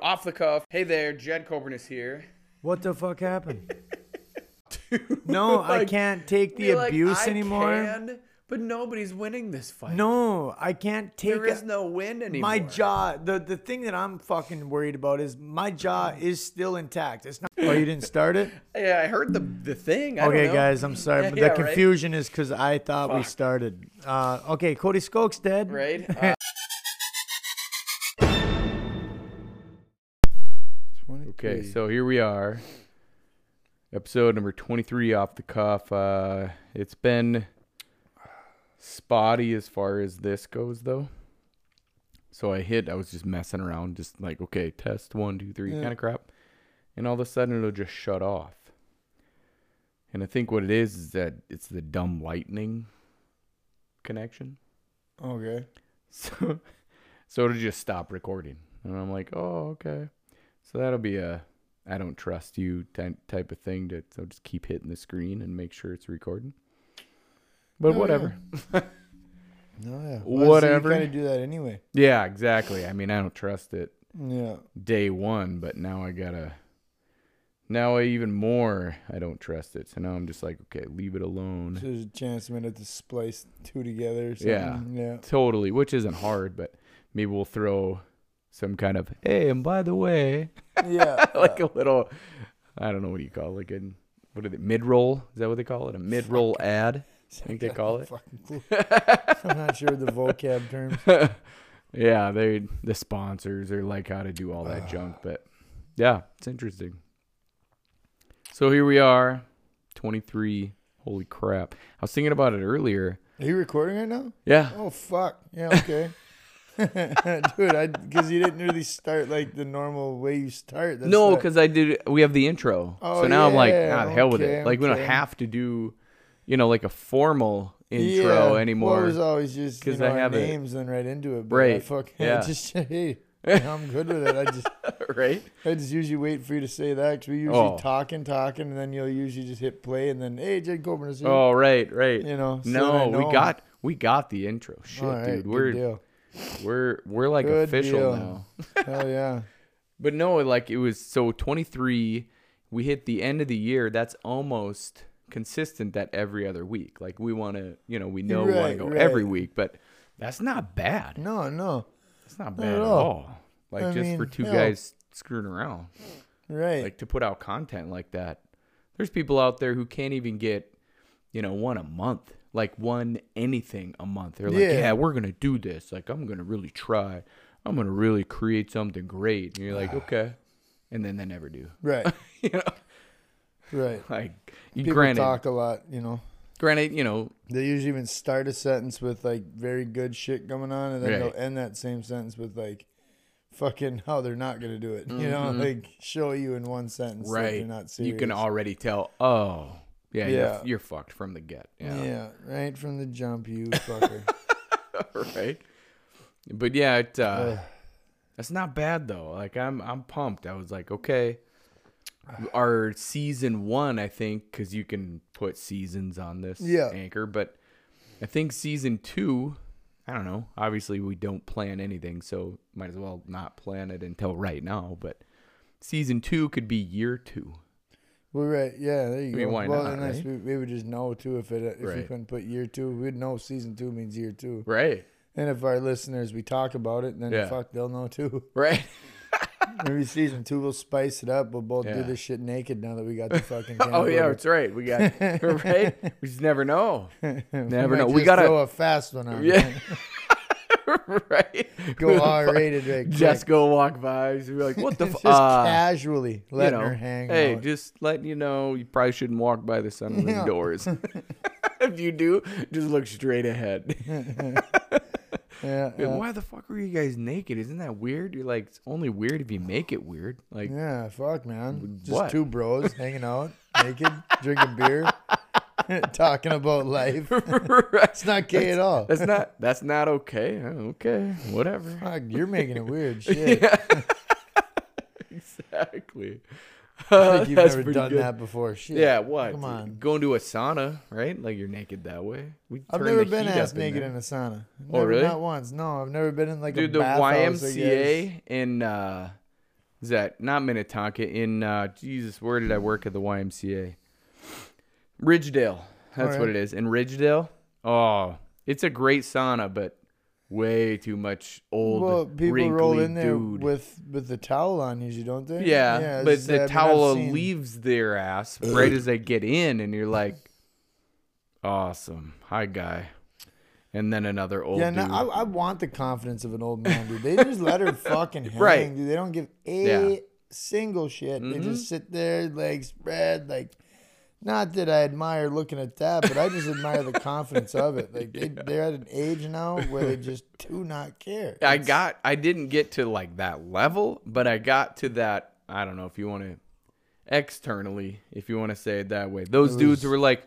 off the cuff. Hey there, Jed Coburnus here. What the fuck happened? No, I Like, can't take the you're like, abuse "I anymore. can, but nobody's winning this fight. No, I can't take there is no win anymore. my jaw. The the thing that I'm fucking worried about is my jaw Mm. is still intact. It's not. Oh, you didn't start it. Yeah, I heard the the thing. I don't Okay, know. guys, I'm sorry, Yeah, but yeah, the right? confusion is because I thought we Fuck. started. Uh, okay, Cody Skoke's dead. Right? Uh, okay, so here we are. Episode number 23 off the cuff. Uh, it's been spotty as far as this goes, though. So I hit, I was just messing around, just like, okay, test one, two, three, Yeah. kind of crap. And all of a sudden it'll just shut off. And I think what it is is that it's the dumb lightning connection. Okay. So, so it'll just stop recording. And I'm like, oh, okay. So that'll be a I don't trust you ty- type of thing to so just keep hitting the screen and make sure it's recording. But Oh, whatever. No, yeah. Whatever. You kind of do that anyway. yeah, exactly. I mean, I don't trust it Yeah. day one, but now I gotta. Now I even more I don't trust it. So now I'm just like, okay, leave it alone. So there's a chance I'm gonna have to splice two together. Or Yeah. something. Yeah. Totally, which isn't hard, but maybe we'll throw some kind of hey, and by the way, Yeah. like a little I don't know what do you call it, like a what is it mid roll? Is that what they call it? A mid roll ad? I think they call it. Fucking cool. I'm not sure of the vocab terms. yeah, they the sponsors are like how to do all that junk, but yeah, it's interesting. So here we are, twenty three. Holy crap! I was thinking about it earlier. Are you recording right now? Yeah, Oh fuck. Yeah. Okay. Dude, I because you didn't really start like the normal way you start. That's no, not- because I did. We have the intro, Oh, so now I'm like, yeah, ah, the hell with okay, it. Like we don't okay. have to do, you know, like a formal intro Yeah. anymore. Well, it was always just you 'Cause know, I our have it. names and right into it. But I Right, fucking yeah. just hey, I'm good with it. I just right? I just usually wait for you to say that because we usually Oh. talk and talk and then you'll usually just hit play and then hey, Jed Coburn is here. Oh, right, right. You know, so then I no, know. we got we got the intro. Shit, All right, dude, good we're deal. we're we're like Good official deal. now. Hell yeah. But no, like it was so 23. We hit the end of the year. That's almost consistent. That every other week. Like we want to, you know, we know we want to Right, go right. every week, but that's not bad. No, no. That's not bad at all. all. Like I just for mean, two hell. guys screwing around. Right. like to put out content like that. There's people out there who can't even get, you know, one a month, like one anything a month. They're like, Yeah. yeah, we're gonna do this. Like, I'm gonna really try. I'm gonna really create something great. And you're like, okay, and then they never do. right. you know, Right. like you People granted, talk a lot, you know. granted, you know, They usually even start a sentence with like very good shit going on and then Right. they'll end that same sentence with like fucking how they're not gonna do it. You know, like show you in one sentence that Mm-hmm. right? they're not serious. you can already tell. Oh, yeah, Yeah. You're, you're fucked from the get. yeah. right from the jump, you fucker. right? But yeah, it, uh, Ugh. that's not bad though. Like I'm, I'm pumped. I was like, okay, our season one, I think, because you can put seasons on this Yeah. anchor. But I think season two, I don't know. Obviously, we don't plan anything, so might as well not plan it until right now. But season two could be year two. Well, right, yeah, there you I mean, go. why well, not, and that's right? we, we would just know too if it if we Right. couldn't put year two, we'd know season two means year two. Right. And if our listeners we talk about it, then Yeah. fuck, they'll know too. Right. Maybe season two will spice it up. We'll both do Yeah. this shit naked now that we got the fucking. Oh yeah, camcorder. that's right. We got right. We just never know. Never might know. We just gotta throw a fast one on. Yeah. right. go R rated. Right Just quick. go walk vibes. We're like, what the fuck? just casually letting her hang. hey, out. just letting you know, you probably shouldn't walk by the sunroom Yeah. doors. if you do, just look straight ahead. yeah, uh, Like, yeah, Why the fuck were you guys naked? Isn't that weird? You're like, it's only weird if you make it weird. Like, yeah, fuck, man. Just What? two bros hanging out, naked, drinking beer, talking about life. right. It's not gay at all. that's not that's not okay. Oh, Okay, whatever. Fuck, you're making it weird. Shit. Exactly. I think you've That's never pretty done good. that before. Shit. Yeah, what? Come on. Going to a sauna, right? Like you're naked that way. We I've turn never the been heat ass up in naked there. in, a sauna. Oh, Never- really? Not once. No, I've never been in like a Dude, the bathhouse, I guess. YMCA in uh, is that not Minnetonka in uh, Jesus? Where did I work at the YMCA? Ridgedale. That's Alright. what it is. In Ridgedale, oh, it's a great sauna, but way too much old. well, people roll wrinkly in there dude. with with the towel on usually, don't they? Yeah, it's but just- I mean, the I've towel seen- leaves their ass right as they get in, and you're like, "Awesome, hi guy," and then another old Yeah, dude. no, I, I want the confidence of an old man, dude. They just let her fucking hang, Right. dude. They don't give a Yeah. Mm-hmm. single shit. They just sit there, legs spread, like. Not that I admire looking at that, but I just admire the confidence of it. Like they, they're at an age now where they just do not care. I got, I didn't get to like that level, but I got to that. I don't know if you want to externally, if you want to say it that way. Those dudes were like,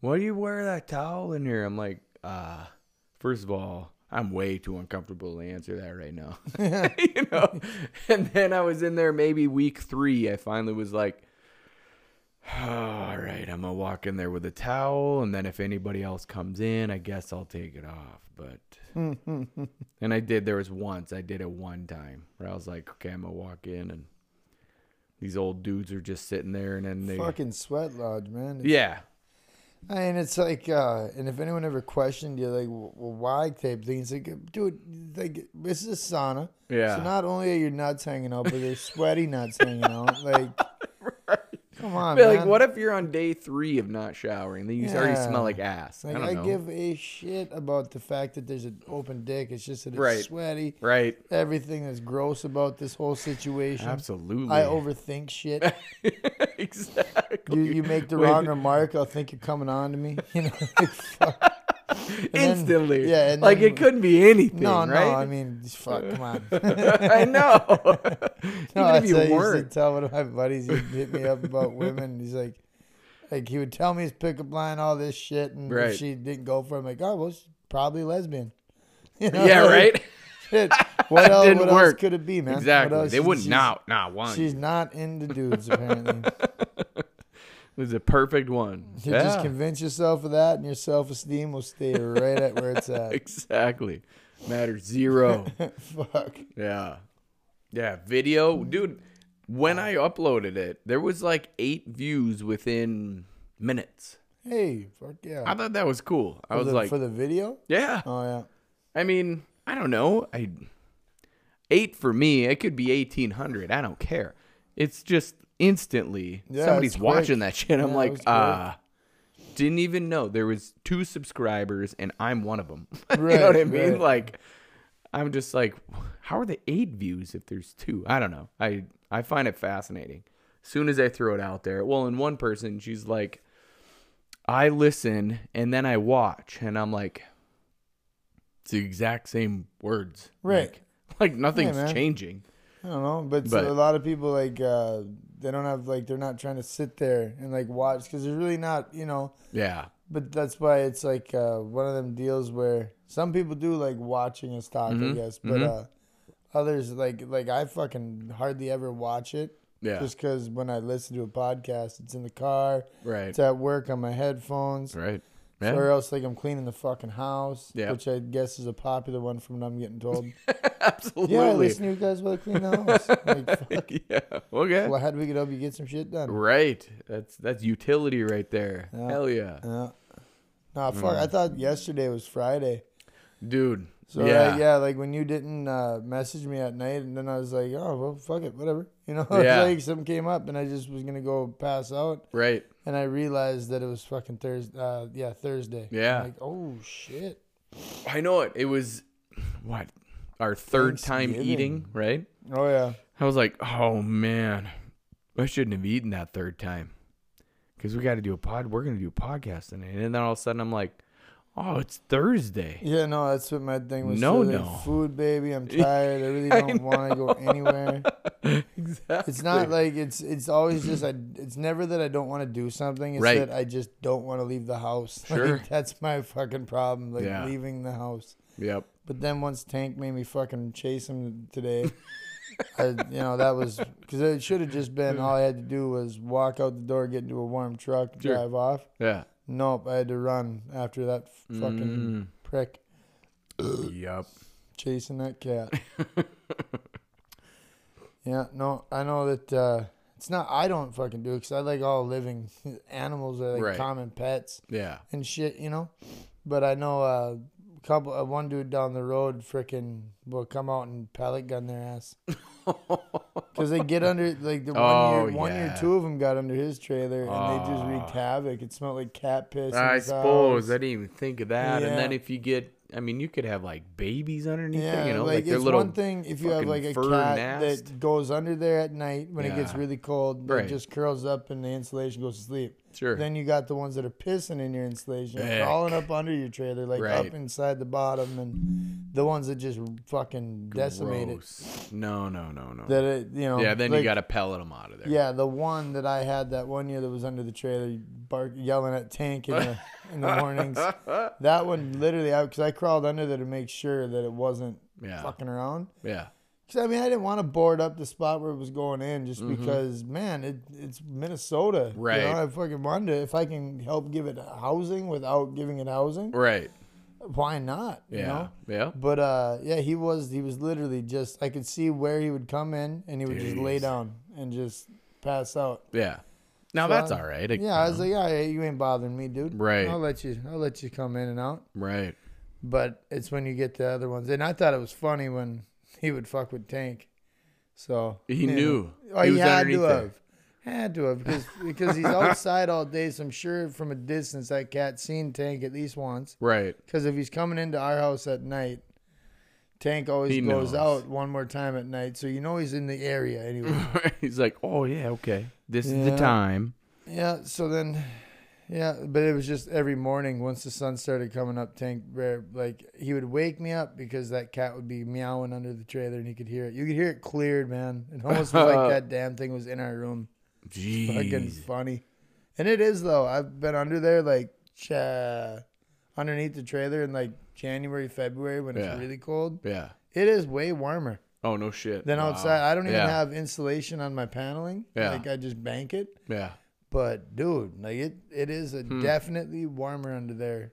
"Why do you wear that towel in here?" I'm like, "Ah, first of all." I'm way too uncomfortable to answer that right now. you know? And then I was in there maybe week three. I finally was like, all right, I'm gonna walk in there with a towel, and then if anybody else comes in, I guess I'll take it off. But and I did. There was once I did it one time where I was like, okay, I'm gonna walk in, and these old dudes are just sitting there, and then they, fucking sweat lodge, man. yeah, And it's like, uh, and if anyone ever questioned you, like, well, why type thing, it's like, dude, like, this is a sauna. Yeah. So not only are your nuts hanging out, but they're sweaty nuts hanging out. Like, come on, But, man. like, what if you're on day three of not showering? Then you already smell like ass. Like, I I, don't know. give a shit about the fact that there's an open dick. It's just that it's Right. sweaty. right, Everything that's gross about this whole situation. absolutely. I overthink shit. exactly. You, you make the Wait, wrong remark, I'll think you're coming on to me. You know, like, fuck. then- instantly. yeah, and like then- it couldn't be anything. No, right? no, I mean, just fuck, come on. I know. No, Even if that's you how I used weren't. to tell one of my buddies he'd hit me up about women. He's like, like he would tell me his pickup line, all this shit, and Right. if she didn't go for him, like, oh, well, she's probably lesbian. You know, yeah, like, right. shit. What, else, didn't what work. else could it be, man? What Exactly. else? They She's- wouldn't. she's- Not not one. She's not into dudes, apparently. It was a perfect one. You yeah. just convince yourself of that, and your self esteem will stay right at where it's at. exactly. Matter zero. Fuck. yeah. Yeah. Video, dude. When I uploaded it, there was like eight views within minutes. Hey, fuck yeah. I thought that was cool. I For was the- like, for the video? yeah. Oh, yeah. I mean, I don't know. I eight for me. It could be eighteen hundred. I don't care. It's just instantly Yeah, somebody's it's quick. watching that shit. I'm Yeah, it like, was quick. ah. didn't even know there was two subscribers and I'm one of them. you Right, know what I mean? right. Like, I'm just like, how are the eight views if there's two? I don't know. I I find it fascinating. Soon as I throw it out there, well, in one person, she's like, I listen and then I watch, and I'm like, it's the exact same words, Right. Like, like nothing's man. changing. I don't know, but, But- a lot of people like uh, they don't have like they're not trying to sit there and like watch because they're really not, you know. Yeah, But that's why it's like uh, one of them deals where some people do like watching us talk, Mm-hmm. I guess, but uh, others like like I fucking hardly ever watch it yeah, just because when I listen to a podcast, it's in the car, right, it's at work on my headphones, right, yeah, or else like I'm cleaning the fucking house, Yeah. which I guess is a popular one from what I'm getting told. absolutely, yeah, I listen to you guys while I clean the house. like, fuck. yeah, okay, Well, how do we get up? You get some shit done. right. That's that's utility right there. Hell yeah, Yeah. Mm. Nah, fuck. I thought yesterday was Friday. dude. So uh, yeah, yeah, yeah. Like when you didn't uh, message me at night, and then I was like, oh well, fuck it, whatever. You know, Yeah. like something came up, and I just was gonna go pass out, right. and I realized that it was fucking Thursday. Uh, yeah, Thursday. Yeah. like oh shit. I know it. It was what our third time Thanksgiving. eating, right? Oh yeah. I was like, oh man, I shouldn't have eaten that third time because we got to do a pod. We're gonna do a podcast tonight, and then all of a sudden I'm like, oh, it's Thursday. Yeah, no, that's what my thing was. No, today. no. Food, baby. I'm tired. I really don't want to go anywhere. exactly. It's not like it's it's always just I it's never that I don't want to do something. It's Right. that I just don't want to leave the house. Like, Sure. that's my fucking problem. Like Yeah. leaving the house. Yep. But then once Tank made me fucking chase him today, I, you know that was because it should have just been all I had to do was walk out the door, get into a warm truck, Sure. drive off. Yeah. Nope, I had to run after that Mm. fucking prick Yep. chasing that cat. Yeah, no, I know that uh, it's not. I don't fucking do it because I like all living animals. I like Right. common pets Yeah. and shit, you know. But I know uh, a couple, uh, one dude down the road, frickin' will come out and pellet gun their ass Oh, because they get under like the one Oh, year, one year, yeah. two of them got under his trailer and they just Ah. wreaked havoc. It smelled like cat piss. in I his suppose I house. didn't even think of that. And then uh, Yeah. if you get, I mean, you could have like babies underneath. it, Yeah, you know, like, like, their it's little. one thing if you have fucking like a fur cat nest. that goes under there at night when it gets Yeah. really cold, Right. it just curls up and the insulation goes to sleep. Sure. Then you got the ones that are pissing in your insulation, Heck. crawling up under your trailer, like Right. up inside the bottom, and the ones that just fucking decimate it. Gross. No, no, no, no. That it, you know. yeah. Then you like- got to pellet them out of there. Yeah, the one that I had that one year that was under the trailer, bark yelling at Tank in the in the mornings. That one literally, I because I crawled under there to make sure that it wasn't Yeah. fucking around. Yeah. Because I mean, I didn't want to board up the spot where it was going in, just because, man, it, it's Minnesota. Mm-hmm. Right. You know, I fucking wonder if I can help give it housing without giving it housing. Right. Why not? Yeah. You know? Yeah. But uh, yeah, he was he was literally just I could see where he would come in and he would just lay Jeez. down and just pass out. Yeah. Now So that's I- all right. It- Yeah, I was like, all right, you ain't bothering me, dude. Right. I'll let you. I'll let you come in and out. right. But it's when you get the other ones, and I thought it was funny when he would fuck with Tank. So He you know. knew. Oh, He he, was had underneath to there. have. Had to have because because he's outside all day. So I'm sure from a distance that cat seen Tank at least once. Right. Because if he's coming into our house at night, Tank always He goes knows. out one more time at night, so you know he's in the area anyway. He's like, oh yeah, okay. This is the Yeah. time. Yeah, so then, yeah, but it was just every morning once the sun started coming up, Tank, Bear, like, he would wake me up because that cat would be meowing under the trailer and he could hear it. You could hear it cleared, man. It almost was like that damn thing was in our room. Fucking Jeez. funny. And it is, though. I've been under there, like, cha- underneath the trailer in, like, January, February when Yeah. it's really cold. Yeah. It is way warmer Oh no shit. than Wow. outside. I don't even Yeah. have insulation on my paneling. Yeah. Like, I just bank it. Yeah. But dude, like it, it is a Hmm. definitely warmer under there.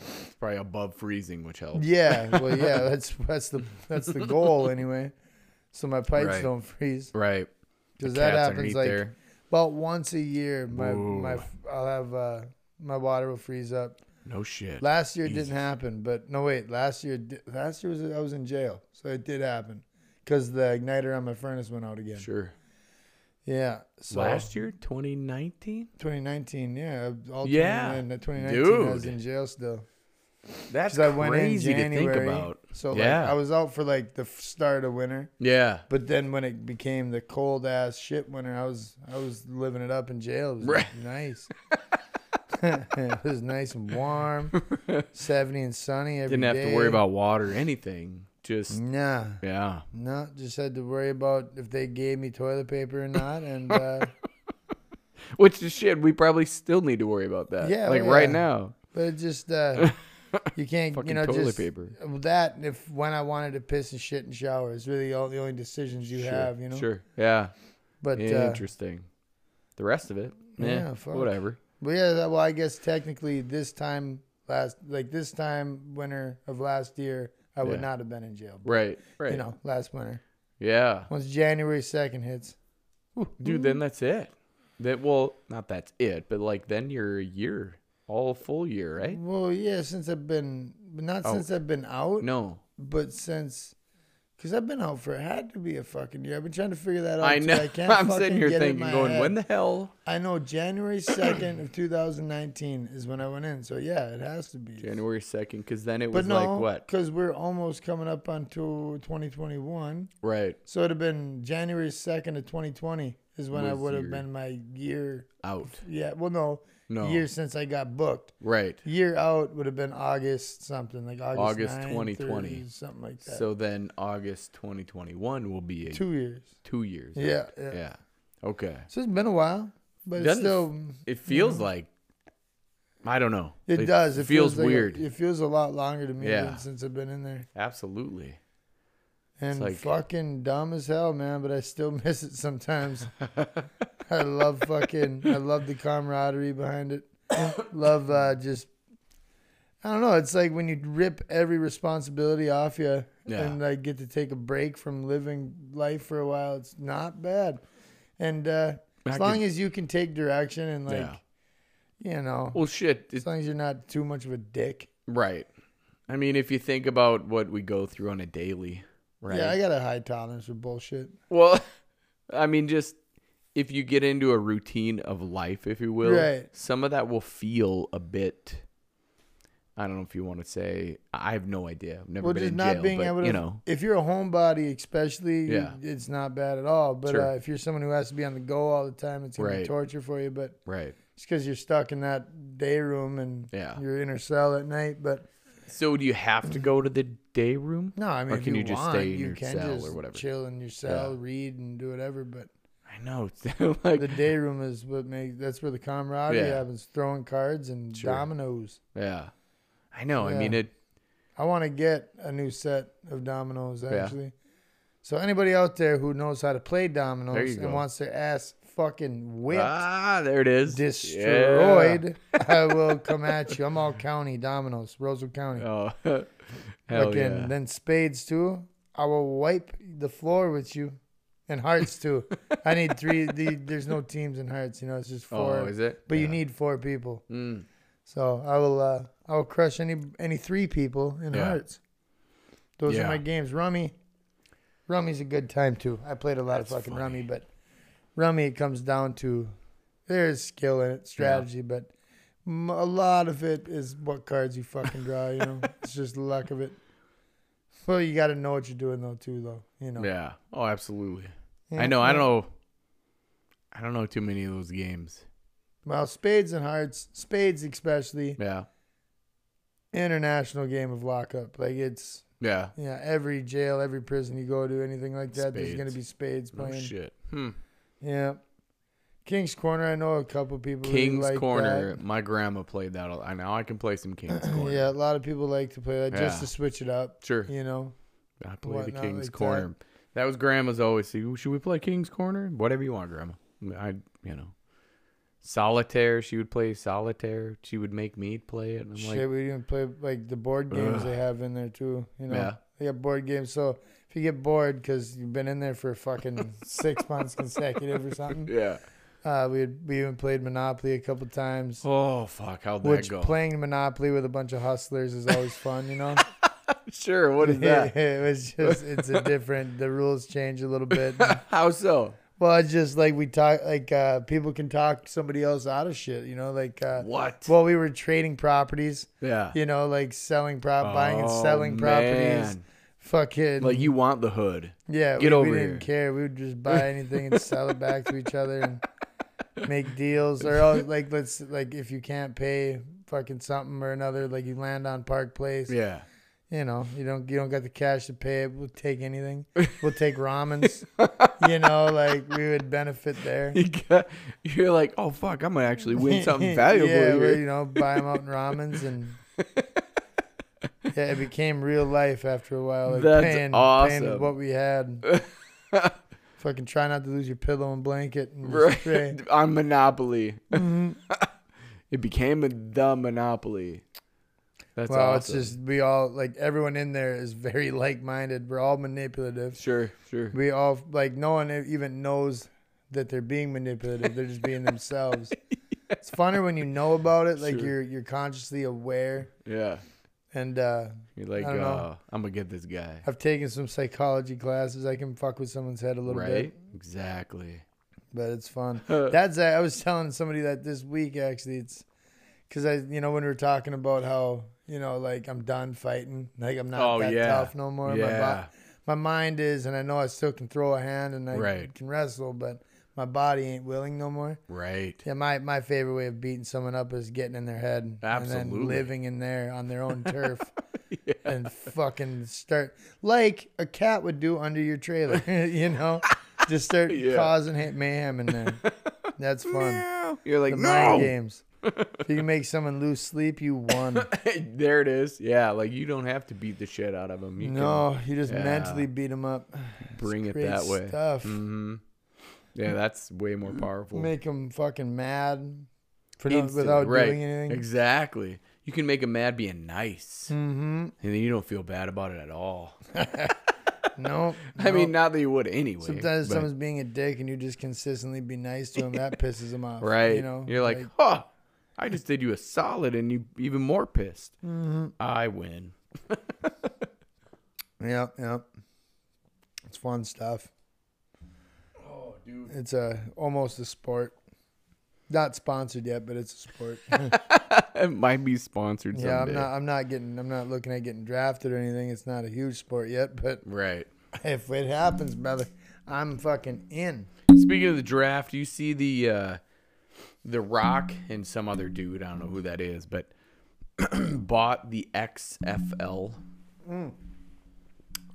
It's probably above freezing, which helps. Yeah, well, yeah, that's that's the that's the goal anyway. So my pipes Right. don't freeze Right. because that Cats happens underneath like there. about once a year. My Ooh. my I'll have uh, my water will freeze up. No shit. Last year it didn't happen, but no wait, last year it di- last year was I was in jail, so it did happen because the igniter on my furnace went out again. Sure. Yeah, so Last year, 2019. 2019, yeah, all Yeah. 2019, 2019 I was Dude. in jail still. That's 'Cause I went in crazy to think January. about. So like Yeah. I was out for like the f- start of winter, Yeah. but then when it became the cold ass shit winter, I was I was living it up in jail. It was Right. nice. it was nice and warm, seventy and sunny every Didn't have to worry day. Mm. about water, or anything. Just Nah, yeah. no, just had to worry about if they gave me toilet paper or not, and uh, Which is shit. We probably still need to worry about that. Yeah, Like yeah. right now. but it just uh, you can't Fucking you know toilet just paper. that and if when I wanted to piss and shit and shower is really all the only decisions you sure. have, you know. Sure. Yeah. But uh, Interesting. the rest of it. Yeah. yeah, fuck. Whatever. Well, yeah. that- Well, I guess technically this time last, like this time winter of last year, I would Yeah. not have been in jail. But, Right. Right. You know, last winter. Yeah. Once January second hits, Dude, Mm-hmm. then that's it. That well, not that's it, but like then you're a year, all full year, right? well, yeah. Since I've been, but not Oh. since I've been out, No, but since. Cause I've been out for it had to be a fucking year. I've been trying to figure that out. I too. know. I can't I'm fucking sitting here get it in thinking, my going, head. when the hell? I know January second of 2019 is when I went in. So yeah, it has to be. January second, because then it but was no, like what? Because we're almost coming up onto 2021. Right So it'd have been January second of twenty twenty is when I Was would have your- been my year. out. Yeah, well, no, No, year since I got booked. right. Year out would have been August something like August, August 9, 2020. 30, something like that. So then August 2021 will be a two, two years. years. Yeah, yeah, Yeah. Okay. So it's been a while, but it's Doesn't still It feels like I don't know. it, does. It feels, like a- weird. it feels a lot longer to me Yeah. than since I've been in there, Absolutely. and like- fucking dumb as hell, man. But I still miss it sometimes. I love fucking. I love the camaraderie behind it. love uh, just. I don't know. It's like when you rip every responsibility off you Yeah. and like get to take a break from living life for a while. It's not bad, and uh, as Back long in- as you can take direction and like Yeah. you know, Well, shit. It's, as long as you're not too much of a dick. right. I mean, if you think about what we go through on a daily, right? Yeah, I got a high tolerance for bullshit. Well, I mean, just if you get into a routine of life, if you will, Right. some of that will feel a bit. I don't know if you want to say. I have no idea. I've never Well, been just in not jail, being but, able to, you know. if you're a homebody, especially, Yeah. it's not bad at all. But Sure. uh, if you're someone who has to be on the go all the time, it's gonna Right. be torture for you. But Right. it's because you're stuck in that day room and Yeah. your inner cell at night. But So do you have to go to the day room? no, I mean, Or if can you, you just want, stay in you your can cell or just whatever? chill in your cell, read and do whatever. But I know. It's like the day room is what makes that's where the camaraderie Yeah. happens, throwing cards and Sure. dominoes. yeah. I know. I Yeah. mean it. I want to get a new set of dominoes Yeah. actually. So anybody out there who knows how to play There you dominoes go. and wants their ass fucking whipped, Ah, there it is. Yeah. destroyed, I will come at you. I'm all county dominoes, Roseville County. Oh, hell Fucking- yeah. Then spades too. I will wipe the floor with you, and hearts too. I need three. The, there's no teams in hearts. You know, it's just four. Oh, is it? but you Yeah. need four people. Mm. So I will uh, I will crush any any three people in Yeah. hearts. Those Yeah. are my games. Rummy, rummy's a good time too. I played a lot of That's fucking funny. rummy, but rummy it comes down to there's skill in it, strategy, but m- a lot of it is what cards you fucking draw. You know, it's just luck of it. Well, you got to know what you're doing though, too, though. You know. Yeah. Oh, absolutely. Yeah, I know. I yeah. don't know. I don't know too many of those games. Well, spades and hearts, spades especially, Yeah. international game of lockup. Like it's Yeah. Yeah, every jail, every prison you go to, anything like that, there's going Spades. to be spades No playing. shit. Hmm. Yeah. King's Corner, I know a couple people really King's like Corner. My grandma played that. a- I now I can play some King's that. Corner. Yeah, a lot of people like to play that Yeah. just to switch it up, Sure. you know. I played the whatnot King's like that. Corner. That. was grandma's always. See, should we play King's Corner? Whatever you want, grandma. I you know. Solitaire. She would play solitaire. She would make me play it. And I'm Shit, like, we even play like the board games Ugh. they have in there too, you know. Yeah. They got board games, so if you get bored because you've been in there for fucking six months consecutive or something, yeah. uh, we had, we even played Monopoly a couple times. Oh fuck! How'd that which go? playing Monopoly with a bunch of hustlers is always fun, you know. sure. What is that? it was just it's a different the rules change a little bit. How so? well, it's just like we talk like uh people can talk somebody else out of shit, you know, like uh What? well we were trading properties, yeah. you know, like selling prop buying and Oh, selling properties. man. Fucking Like you want the hood. yeah, get we, over we didn't here. care. We would just buy anything and sell it back to each other and make deals or else, like let's like if you can't pay fucking something or another, like you land on Park Place. Yeah. you know, you don't you don't got the cash to pay it. We'll take anything. We'll take ramens. you know, like we would benefit there. You got, you're like, oh fuck, I'm gonna actually win something valuable yeah, here. well, you know, buy them out in ramens and. Yeah, it became real life after a while. Like That's paying, paying awesome. with what we had. Fucking try not to lose your pillow and blanket. And just pray. Mm-hmm. right. On Monopoly. it became a, the Monopoly. That's well, awesome. it's just we all like everyone in there is very like minded. We're all manipulative. sure, sure. We all like no one even knows that they're being manipulated. They're just being themselves. It's funner when you know about it, like Sure. you're you're consciously aware. Yeah. And uh, You're like, I don't know. uh, I'm gonna get this guy. I've taken some psychology classes. I can fuck with someone's head a little Right? bit, Exactly. but it's fun. That's I was telling somebody that this week actually. It's because I you know when we were talking about how you know like I'm done fighting, like I'm not Oh, that yeah. tough no more. My, bo- yeah. my mind is, and I know I still can throw a hand and I Right. can wrestle, but my body ain't willing no more. Right. Yeah, my, my favorite way of beating someone up is getting in their head and Absolutely. then living in there on their own turf and fucking start like a cat would do under your trailer, you know, just start Yeah. causing ha- mayhem in there. That's fun. You're like, The mind no. games. If you can make someone lose sleep, you won. there it is. Yeah. Like you don't have to beat the shit out of him. You no, you just yeah. mentally beat them up. can bring it Great that way. stuff. Mm-hmm. hmm Yeah, that's way more powerful. Make them fucking mad for no, Instantly, without right. doing anything. Exactly. you can make them mad being nice, Mm-hmm. and then you don't feel bad about it at all. No. I mean, not that you would anyway. sometimes but- someone's being a dick and you just consistently be nice to him. That pisses him off. right? You know. you're like, huh? I just did you a solid, and you even more pissed. Mm-hmm. I win. Yep, yep. It's fun stuff. Oh, dude. It's a almost a sport. Not sponsored yet, but it's a sport. it might be sponsored someday. yeah, I'm not. I'm not getting. I'm not looking at getting drafted or anything. It's not a huge sport yet, but Right. if it happens, brother, I'm fucking in. Speaking of the draft, you see the uh, the Rock and some other dude. I don't know who that is, but bought the XFL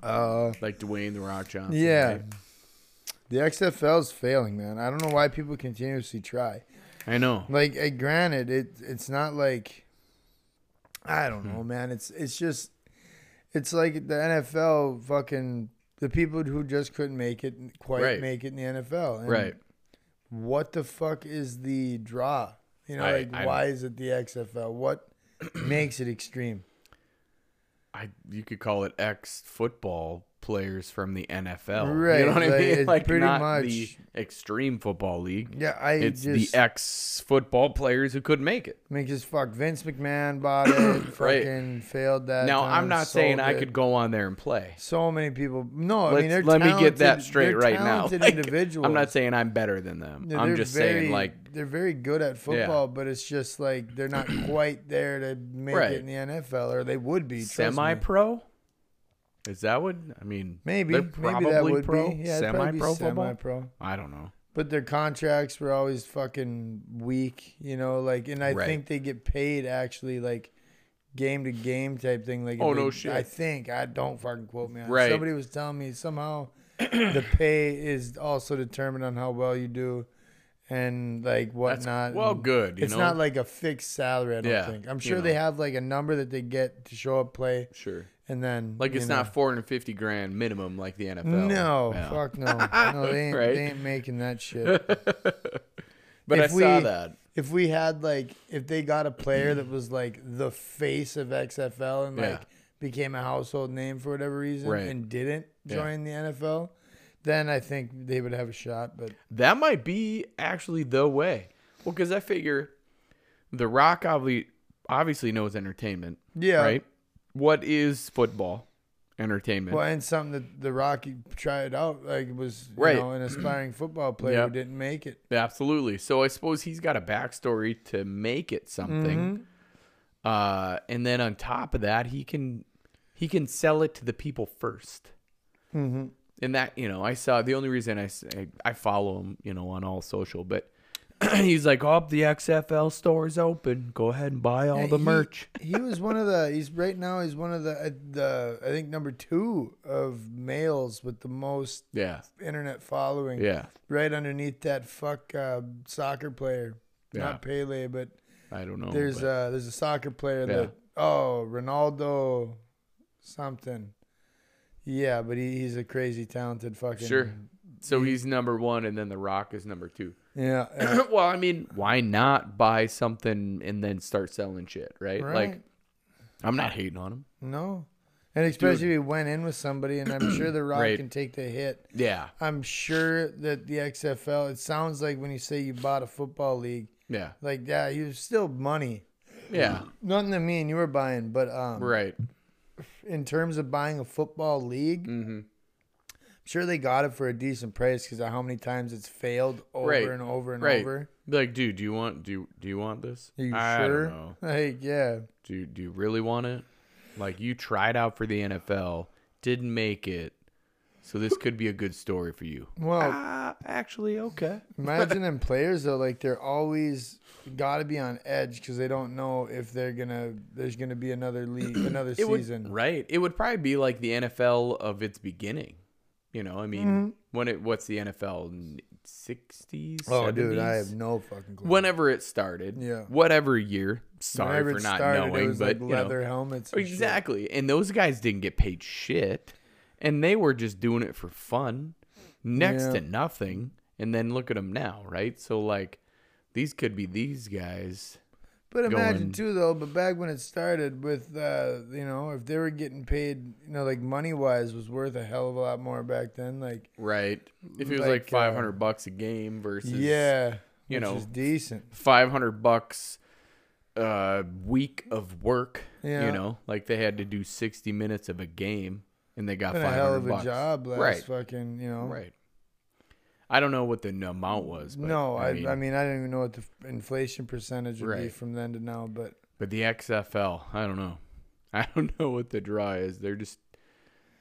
Uh, like Dwayne the Rock Johnson. yeah. right? The XFL is failing, man. I don't know why people continuously try. I know. Like, uh, granted, it it's not like I don't Hmm. know, man. It's it's just it's like the NFL fucking the people who just couldn't make it quite Right. make it in the NFL. And Right. What the fuck is the draw? You know, I- like I- why is it the XFL? What makes it extreme? I you could call it ex football players from the NFL. You Right, know what I like, mean? it's Like pretty not much- the extreme football league. Yeah, I It's just the ex football players who couldn't make it. I mean, just fuck Vince McMahon bought it, fucking failed that. Now I'm time, not saying sold I it. could go on there and play. So many people. No, I mean Let's- they're let me get that talented- straight they're right now. talented Like, individuals. I'm not saying I'm better than them. Yeah, I'm they're just very- saying like they're very good at football, but it's just like they're not quite there to make Right. it in the NFL, or they would be trust me. semi pro. Is that what I mean? Maybe, they're maybe that would be yeah, semi pro football. pro. I don't know. But their contracts were always fucking weak, you know. Like, and I Right. think they get paid actually like game to game type thing. Like, if Oh, they- no shit. I think I don't fucking quote me. On. it. Right. Somebody was telling me somehow the pay is also determined on how well you do, and like That's whatnot. well and good. You it's know? not like a fixed salary. I don't Yeah, think. I'm you sure they know. have like a number that they get to show up play, sure. and then Like you it's know. not 450 grand minimum like the NFL. No, Yeah. fuck no, no. They ain't, Right. they ain't making that shit. But I If saw we- that. if we had like if they got a player that was like the face of XFL and like Yeah. became a household name for whatever reason Right. and didn't Yeah. join the NFL, then I think they would have a shot. But That might be actually the way. Well, because I figure The Rock obviously, obviously knows entertainment, yeah, right? What is football? Entertainment. well, and something that the Rocky tried out like was you Right. know an aspiring football player Yep. who didn't make it. Absolutely. So I suppose he's got a backstory to make it something. Mm-hmm. Uh, and then on top of that, he can he can sell it to the people 1st Mm-hmm. And that you know, I saw the only reason I s- I- I follow him, you know, on all social, but he's like, "Oh, the XFL store is open. Go ahead and buy all Yeah, the he- merch." he was one of the. He's right now. He's one of the. Uh, the I think number two of males with the most Yeah, internet following. yeah. right underneath that fuck uh, soccer player. Yeah. Not Pele, but I don't know. there's but- uh there's a soccer player Yeah. that oh Ronaldo something. Yeah, but he, he's a crazy talented fucking sure. So he's number one, and then The Rock is number two. Yeah. yeah. well, I mean, why not buy something and then start selling shit, right? Right. Like, I'm not hating on him. no. And especially if he went in with somebody and I'm sure the rock Right. can take the hit. Yeah, I'm sure that the XFL it sounds like when you say you bought a football league, yeah, like yeah, you was still money. yeah. Nothing that me and you were buying, but um Right. in terms of buying a football league, Mm-hmm. I'm sure they got it for a decent price because of how many times it's failed over Right. and over and Right. over. Be like, dude, do you want do you, do you want this? Are you I sure? don't know. Like, yeah. Do you, do you really want it? Like, you tried out for the NFL, didn't make it, so this could be a good story for you. Well, Ah, actually, okay. imagine them players though, like they're always got to be on edge because they don't know if they're gonna there's gonna be another league, another It would- season. right. It would probably be like the NFL of its beginning. You know, I mean, Mm-hmm. when it what's the NFL? 60s? oh, dude, I 70s? have no fucking clue. whenever it started, Yeah. whatever year. Sorry Whenever for it not started, knowing, it was but like you know. leather helmets. and shit. exactly. And those guys didn't get paid shit, and they were just doing it for fun, next Yeah. to nothing. And then look at them now, right? So like, these could be these guys But going- imagine too, though. But back when it started with, uh, you know, if they were getting paid, you know, like money wise, was worth a hell of a lot more back then. Like, Right. If it was Like, like, uh, 500 bucks a game versus yeah, you which know. is decent. 500 bucks a week of work, you Yeah. know, like they had to do 60 minutes of a game and they got Been a hell 500 of a bucks. job last Right. fucking, you know. Right. I don't know what the n- amount was, but no, I, I mean, mean, I didn't even know what the f- inflation percentage would be Right. from then to now, but but the XFL, I don't know. I don't know what the draw is. They're just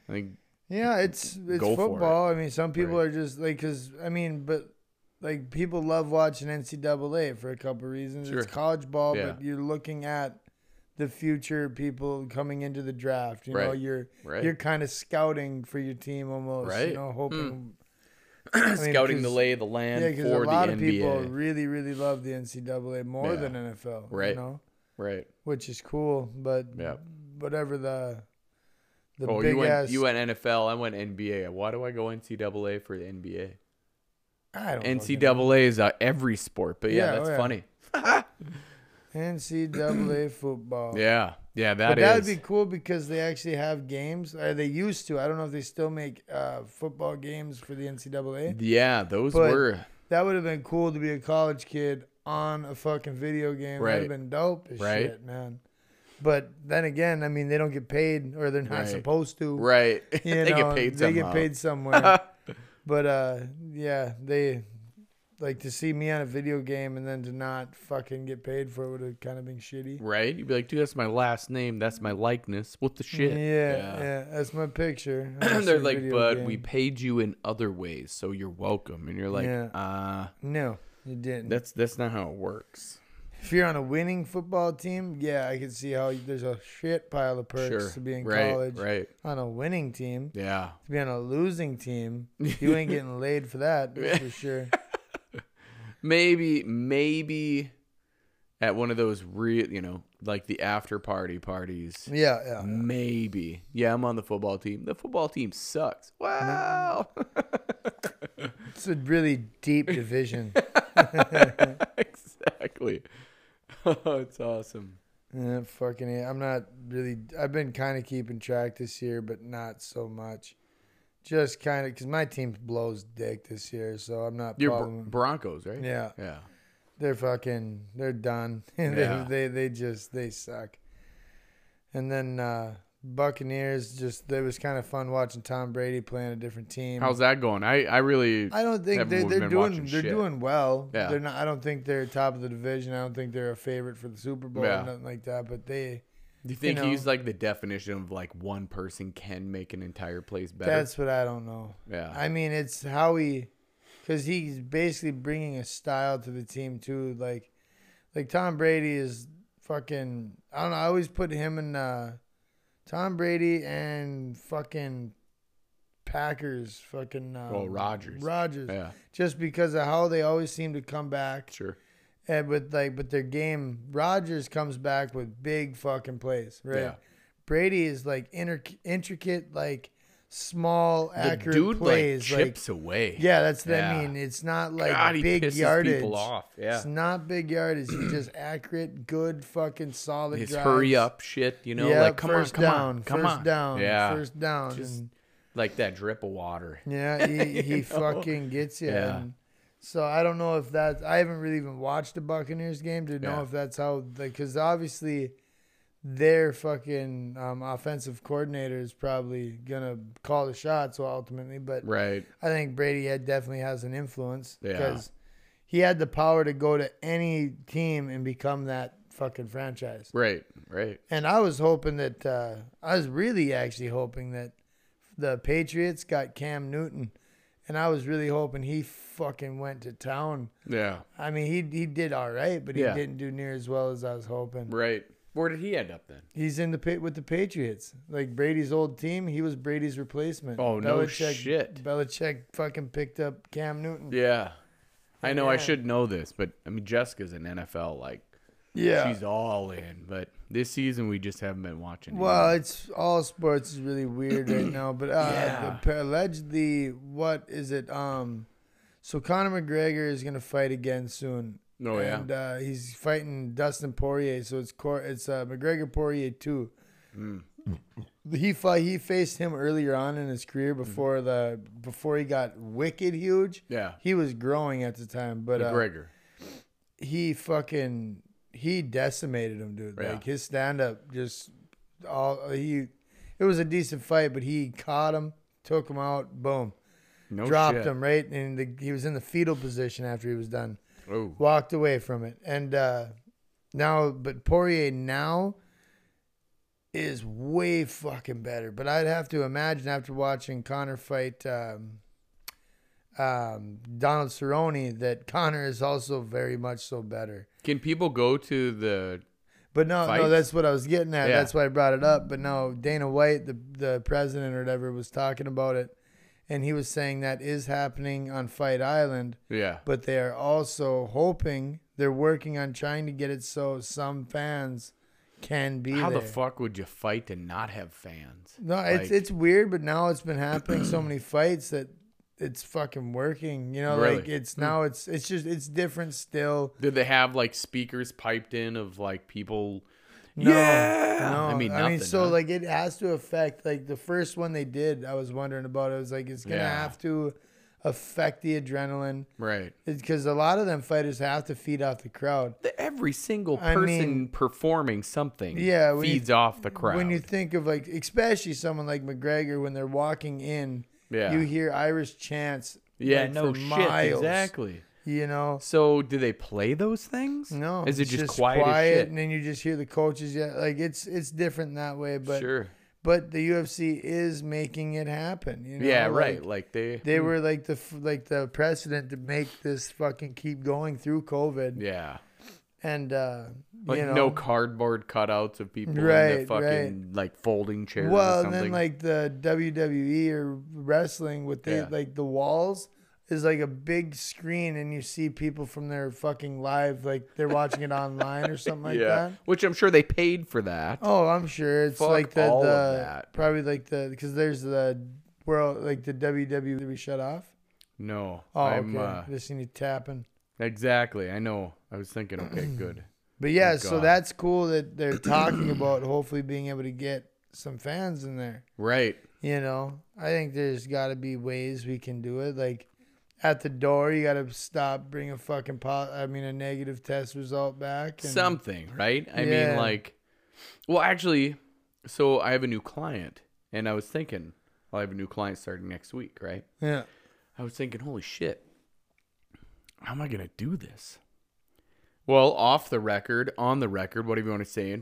I think Yeah, it's it's Go for it. football. I mean, some people Right. are just like because I mean, but like people love watching NCAA for a couple of reasons. Sure. It's college ball, Yeah. but you're looking at the future people coming into the draft. You know, Right. you're Right. you're kind of scouting for your team almost. Right. Hmm. You know, hoping I mean, scouting the 'cause- lay of the land Yeah, because for a lot the of NBA. people really really love the NCAA more Yeah. than NFL. Right. You know, right. which is cool, but Yeah. whatever the the oh, big you went ass. you went NFL, I went NBA. Why do I go NCAA for the NBA? Oh, I don't fucking know. NCAA is uh, every sport, but yeah, Yeah, oh, that's funny. yeah. NCAA football. Yeah, yeah, But that that is would be cool because they actually have games. Or they used to. I don't know if they still make uh, football games for the NCAA. yeah, those But- were That would have been cool to be a college kid on a fucking video game. That Right. would have been dope as Right. shit, man. But then again, I mean, they don't get paid or they're not Right. supposed to. right. You they know, get paid. They somehow. get paid somewhere. but uh, yeah, they like to see me on a video game and then to not fucking get paid for it would have kind of been shitty. right? You'd be like, dude, that's my last name. That's my likeness. What the shit? Yeah, yeah, that's my picture. on They're some like, video but game." we paid you in other ways, so you're welcome. And you're like, Yeah. uh, No, it didn't. that's that's not how it works. if you're on a winning football team, yeah, I can see how there's a shit pile of perks Sure. to be in right, college. right? On a winning team, Yeah, to be on a losing team, you ain't getting laid for that that's for sure. maybe maybe at one of those real, you know, like the after party parties. Yeah, yeah. Maybe. Yeah, I'm on the football team. The football team sucks. Mm-hmm. Wow. It's a really deep division. exactly. Oh, it's awesome. Yeah, Uh, fucking, A. I'm not really. I've been kind of keeping track this year, but not so much. Just kind of because my team blows dick this year, so I'm not. You're following- Br- Broncos, right? yeah. Yeah. they're fucking they're done Yeah. they, they they just they suck and then uh buccaneers just it was kind of fun watching tom brady playing a different team How's that going? I I really i don't think Haven't they, we they're been doing watching they're shit? doing well Yeah. they're not i don't think they're top of the division i don't think they're a favorite for the super bowl Yeah. or nothing like that but they do you think know. he's like the definition of like one person can make an entire place better? that's what i don't know yeah. I mean, it's how he, because he's basically bringing a style to the team too. Like, like Tom Brady is fucking. I don't know. I always put him and uh, Tom Brady and fucking Packers. Fucking uh, Oh, Rodgers. Rogers. yeah. Just because of how they always seem to come back Sure. and with like with their game. Rogers comes back with big fucking plays, right? Yeah. Brady is like inter- intricate, like small, The accurate dude plays, like like chips away. yeah, that's what Yeah. I mean. It's not like God, he big pisses yardage. people off. Yeah. It's not big yardage. It's just accurate, good, fucking solid. His drives. hurry up shit, you know, yeah, like come on, first come down, on, come first on, down, yeah, first down. Just- and like that drip of water. yeah, he, You he know? fucking gets you. Yeah. And so I don't know if that. I haven't really even watched the Buccaneers game to know Yeah. if that's how. Because obviously, their fucking um, offensive coordinator is probably gonna call the shots ultimately. But Right. I think Brady had definitely has an influence Yeah. because he had the power to go to any team and become that fucking franchise. Right. Right. And I was hoping that uh, I was really actually hoping that the Patriots got Cam Newton, and I was really hoping he fucking went to town. Yeah. I mean, he he did all right, but he Yeah. didn't do near as well as I was hoping. Right. Where did he end up then? He's in the pit with the Patriots, like Brady's old team. He was Brady's replacement. Oh, no shit. Belichick fucking picked up Cam Newton. Yeah. I know I Yeah. should know this, but I mean Jessica's an NFL like Yeah. she's all in, but this season we just haven't been watching. Well, either. it's all sports is really weird right now, but uh, Yeah. appa- allegedly, what is it? Um, so Conor McGregor is gonna fight again soon, No, oh, yeah. and uh, he's fighting Dustin Poirier. So it's Cor- it's uh, McGregor Poirier two. Hmm. He fight he faced him earlier on in his career before the before he got wicked huge. Mm-hmm. Yeah. he was growing at the time, but uh, McGregor. he fucking he decimated him, dude. Yeah. Like his stand up just all he. It was a decent fight, but he caught him, took him out, boom, No dropped shit. him right, and the, he was in the fetal position after he was done Oh. walked away from it. And uh, now, but Poirier now is way fucking better. But I'd have to imagine after watching Connor fight um, um, Donald Cerrone that Connor is also very much so better. Can people go to the But no, Fights? no, that's what I was getting at. Yeah. That's why I brought it up. But no, Dana White, the the president or whatever, was talking about it, and he was saying that is happening on Fight Island yeah? but they are also hoping they're working on trying to get it so some fans can be How there. the fuck would you fight and not have fans? no, it's like- it's weird, but now it's been happening so many fights that it's fucking working. You know, like Really? Hmm. it's now it's it's just it's different still. Did they have like speakers piped in of like people? No, Yeah! no, I mean, nothing, so huh? like it has to affect like the first one they did. I was wondering about. It was like it's gonna Yeah. have to affect the adrenaline Right. because a lot of them fighters have to feed off the crowd. The- Every single I person mean- performing something Yeah, when you- feeds off the crowd. When you think of like, especially someone like McGregor, when they're walking in, Yeah. you hear Irish chants. yeah, like, no for shit. miles, Exactly. You know, So, do they play those things? no, Is it it's just, quiet, as and shit? then you just hear the coaches. Yeah, like it's it's different that way. But sure. but the UFC is making it happen. You know, yeah, like, right. Like they. They were like the f- like the precedent to make this fucking keep going through COVID yeah. and uh, Like you know, no cardboard cutouts of people in the Right, fucking like folding chairs Well, or and something. then like the WWE or wrestling with the Yeah. like the walls is like a big screen, and you see people from their fucking live, like they're watching it online or something like yeah, that. which I'm sure they paid for that. Oh, I'm sure it's Fuck like the, all of the- that. probably like the because there's the world like the WWE that we shut off. No, Oh, I'm okay. uh, Just need tapping. exactly. I know. I was thinking, okay, good. But yeah, Thank so God. that's cool that they're talking about hopefully being able to get some fans in there. Right. You know, I think there's got to be ways we can do it. Like at the door, you got to stop, bring a fucking pot. I mean, a negative test result back. And, Something, right? I mean, Yeah. like, well, actually, so I have a new client, and I was thinking, I'll have a new client starting next week, right? Yeah. I was thinking, holy shit, how am I gonna do this? Well, off the record, on the record, whatever you want to say,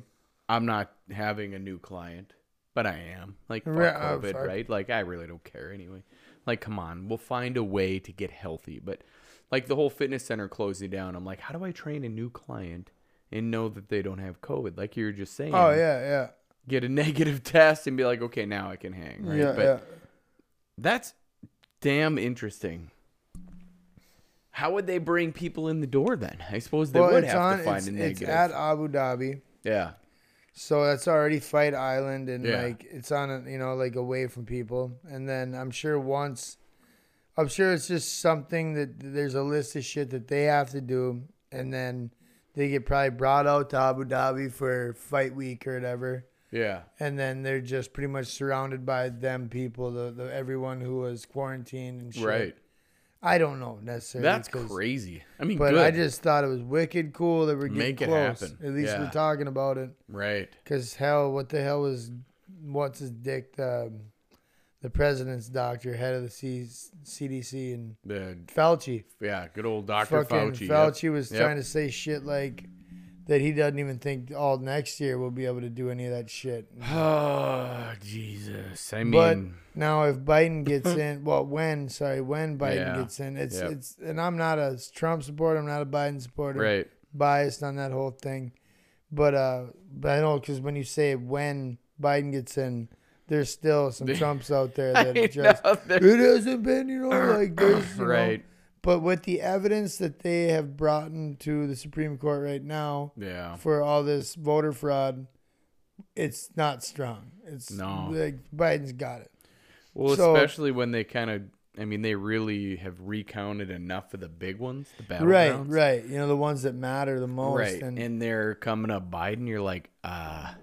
I'm not having a new client, but I am. Like fuck Right, oh, COVID, fuck. right? Like I really don't care anyway. Like, come on, we'll find a way to get healthy. But like the whole fitness center closing down, I'm like, how do I train a new client and know that they don't have COVID? Like you were just saying, Oh yeah, yeah, get a negative test and be like, okay, now I can hang, right? yeah, but yeah. that's damn interesting. How would they bring people in the door then? I suppose they well, would it's have on. to find It's, a it's negative. at Abu Dhabi, yeah. so that's already Fight Island, and Yeah. like it's on, a, you know, like away from people. And then I'm sure once, I'm sure it's just something that there's a list of shit that they have to do, and then they get probably brought out to Abu Dhabi for Fight Week or whatever. Yeah. and then they're just pretty much surrounded by them people, the, the everyone who was quarantined and shit. Right. I don't know necessarily. That's 'cause- crazy. I mean, But good. I just thought it was wicked cool that we're getting Make it close. happen. At least Yeah. we're talking about it. right. Cause hell, what the hell was what's his dick, um, the president's doctor, head of the C- CDC, and The Fauci. yeah, good old Doctor Fucking Fauci. yep. was Yep. trying to say shit like that he doesn't even think all next year we'll be able to do any of that shit. Oh Jesus! I mean, But now, if Biden gets in, well, when sorry, when Biden Yeah. gets in, it's Yep. it's, and I'm not a Trump supporter. I'm not a Biden supporter. right? Biased on that whole thing, but uh, but I know because when you say when Biden gets in, there's still some Trumps out there that I just know, they're- it hasn't been, you know, like this, you know. right? But with the evidence that they have brought into the Supreme Court right now, Yeah. for all this voter fraud, it's not strong. It's No. like Biden's got it. Well, So- especially when they kind of I mean, they really have recounted enough of the big ones, the right, battlegrounds, right. You know the ones that matter the most. right. And, And, they're coming up Biden. You're like, ah.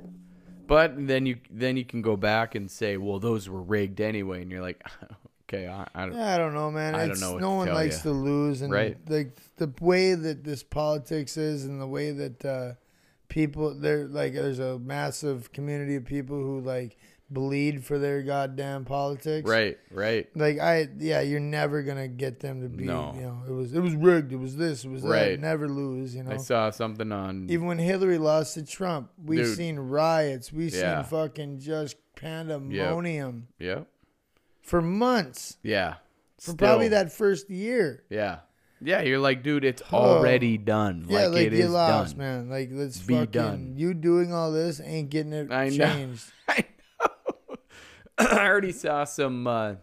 But then you then you can go back and say, well, those were rigged anyway, and you're like, okay, I, I don't. Yeah, I don't know, man. I don't It's- know what No to one tell likes ya. to lose, and Right. like the way that this politics is, and the way that uh, people there, like, there's a massive community of people who like bleed for their goddamn politics. Right, right, Like I, yeah, you're never gonna get them to be. No. You know, it was it was rigged. It was this. It was Right. that. Never lose. You know. I saw something on. Even when Hillary lost to Trump, we've Dude. seen riots. We've Yeah. seen fucking just pandemonium yeah, for months. yeah. For probably Still. that first year. Yeah. Yeah, you're like, dude, it's Oh. already done. Yeah, like, like, it you is lost, done. man. Like let's Be fucking done. you doing all this ain't getting it I know. changed. I know. I already saw some uh,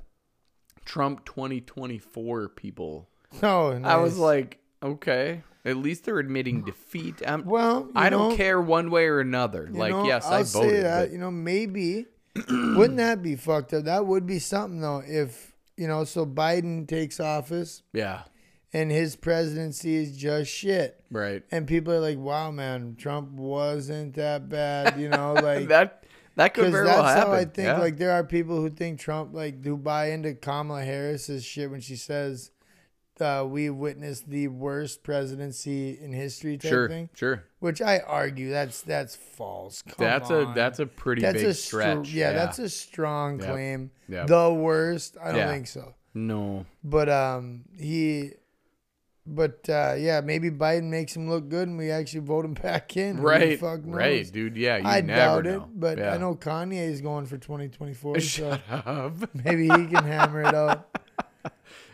Trump 2024 people. No, I was nice. like, okay, at least they're admitting defeat. I'm, well, you I don't know, care one way or another. you Like, know, yes, I'll I say voted. that, but- you know, maybe wouldn't that be fucked up? That would be something though. If you know, so Biden takes office yeah, and his presidency is just shit. right. and people are like, "Wow, man, Trump wasn't that bad," you know, like that that could because very that's well happen. how I think. yeah. Like, there are people who think Trump, like, who buy into Kamala Harris's shit when she says, uh, "We witnessed the worst presidency in history," type sure, thing. sure. Which I argue that's that's false. Come That's on. a that's a pretty That's big a str- stretch. yeah, that's a strong Yep. claim. Yep. The worst? I don't Yeah. think so. no. But um, he, but uh, yeah, maybe Biden makes him look good, and we actually vote him back in. Who the Right, fuck knows? right, dude. Yeah, you I never doubt know. it, but Yeah. I know Kanye is going for 2024, so Shut up. maybe he can hammer it out.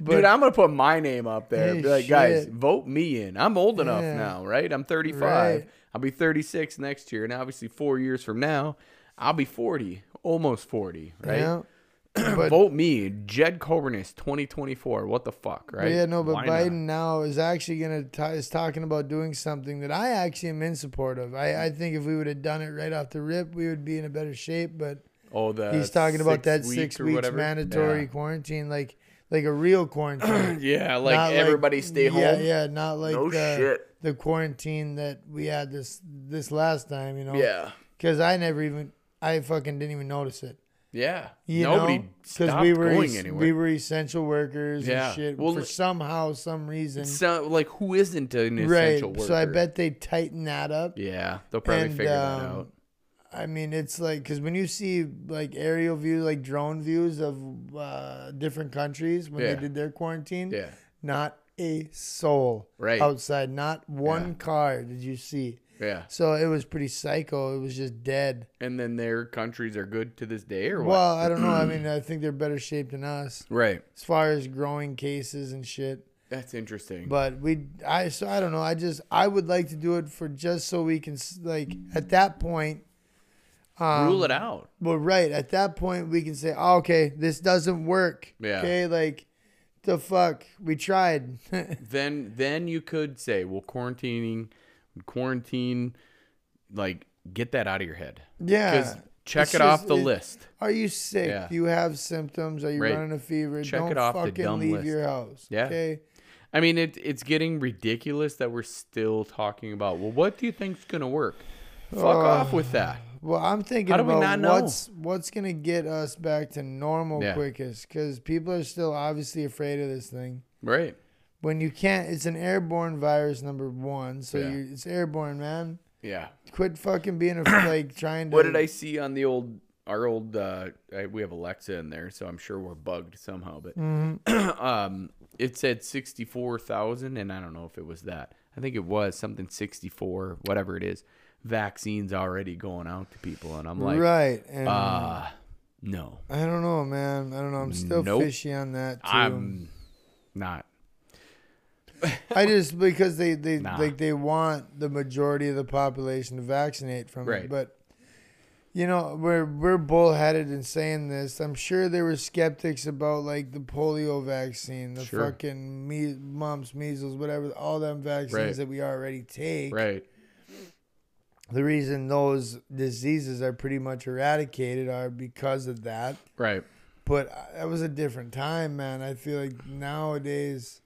Dude, I'm gonna put my name up there. and be Hey, like, guys, shit. vote me in. I'm old enough Yeah. now, right? I'm 35. Right. I'll be 36 next year, and obviously four years from now, I'll be 40, almost 40, right? Yeah, but- vote me, Jed Coburnis, 2024. What the fuck, But right? yeah, no, but Why not? Biden now is actually gonna t- is talking about doing something that I actually am in support of. I, I think if we would have done it right off the rip, we would be in a better shape. But Oh, the he's talking about that six-week six or weeks whatever? mandatory quarantine, like like a real quarantine. Yeah, Yeah, like Not everybody stay home. Yeah, yeah, not like No the, shit. the quarantine that we had this this last time, you know. yeah, Because I never even I fucking didn't even notice it. yeah. You Nobody because stopped we were going es- anywhere. we were essential workers Yeah. and shit Well, for li- somehow some reason. so, like, who isn't an Right. essential worker? So I bet they tighten that up. Yeah, they'll probably And, figure that um, out. I mean, it's like because when you see like aerial views, like drone views of uh, different countries when Yeah. they did their quarantine, Yeah. not a soul Right. outside, not one Yeah. car did you see. Yeah. So it was pretty psycho. It was just dead. And then their countries are good to this day or what? Well, I don't know. I mean, I think they're better shaped than us right. as far as growing cases and shit. That's interesting. But we, I, so I don't know. I just, I would like to do it for just so we can, s- like, at that point, Rule um, it out. Well, right at that point, we can say, oh, "Okay, this doesn't work." Yeah. Okay, like the fuck, we tried. Then then you could say, well, quarantining quarantine like get that out of your head. Cuz yeah. check Uh, It's it off just- the it- list. Are you sick? Yeah. Do you have symptoms? Are you Right. running a fever? Check Don't it off the fucking dumb leave list. your house. Yeah. Okay. I mean, it it's getting ridiculous that we're still talking about, well, what do you think's going to work? Fuck Uh, off with that. Well, I'm thinking How do we about not know? what's what's gonna get us back to normal Yeah. quickest because people are still obviously afraid of this thing. Right. When you can't, it's an airborne virus, number one. So Yeah. you, it's airborne, man. Yeah. Quit fucking being a, like trying to. What did I see on the old our old uh I, we have Alexa in there, so I'm sure we're bugged somehow, but Mm-hmm. um it said 64,000 and I don't know if it was that. I think it was something 64, whatever it is. Vaccines already going out to people and I'm like, right. And uh no. I don't know, man. I don't know. I'm still Nope. fishy on that too. I'm not. I just because they they Nah. like they want the majority of the population to vaccinate from Right. it, but you know we're we're bullheaded in saying this. I'm sure there were skeptics about like the polio vaccine, the Sure. fucking me- mumps, measles, whatever, all them vaccines Right. that we already take. Right. The reason those diseases are pretty much eradicated are because of that. Right. But I- that was a different time, man. I feel like nowadays,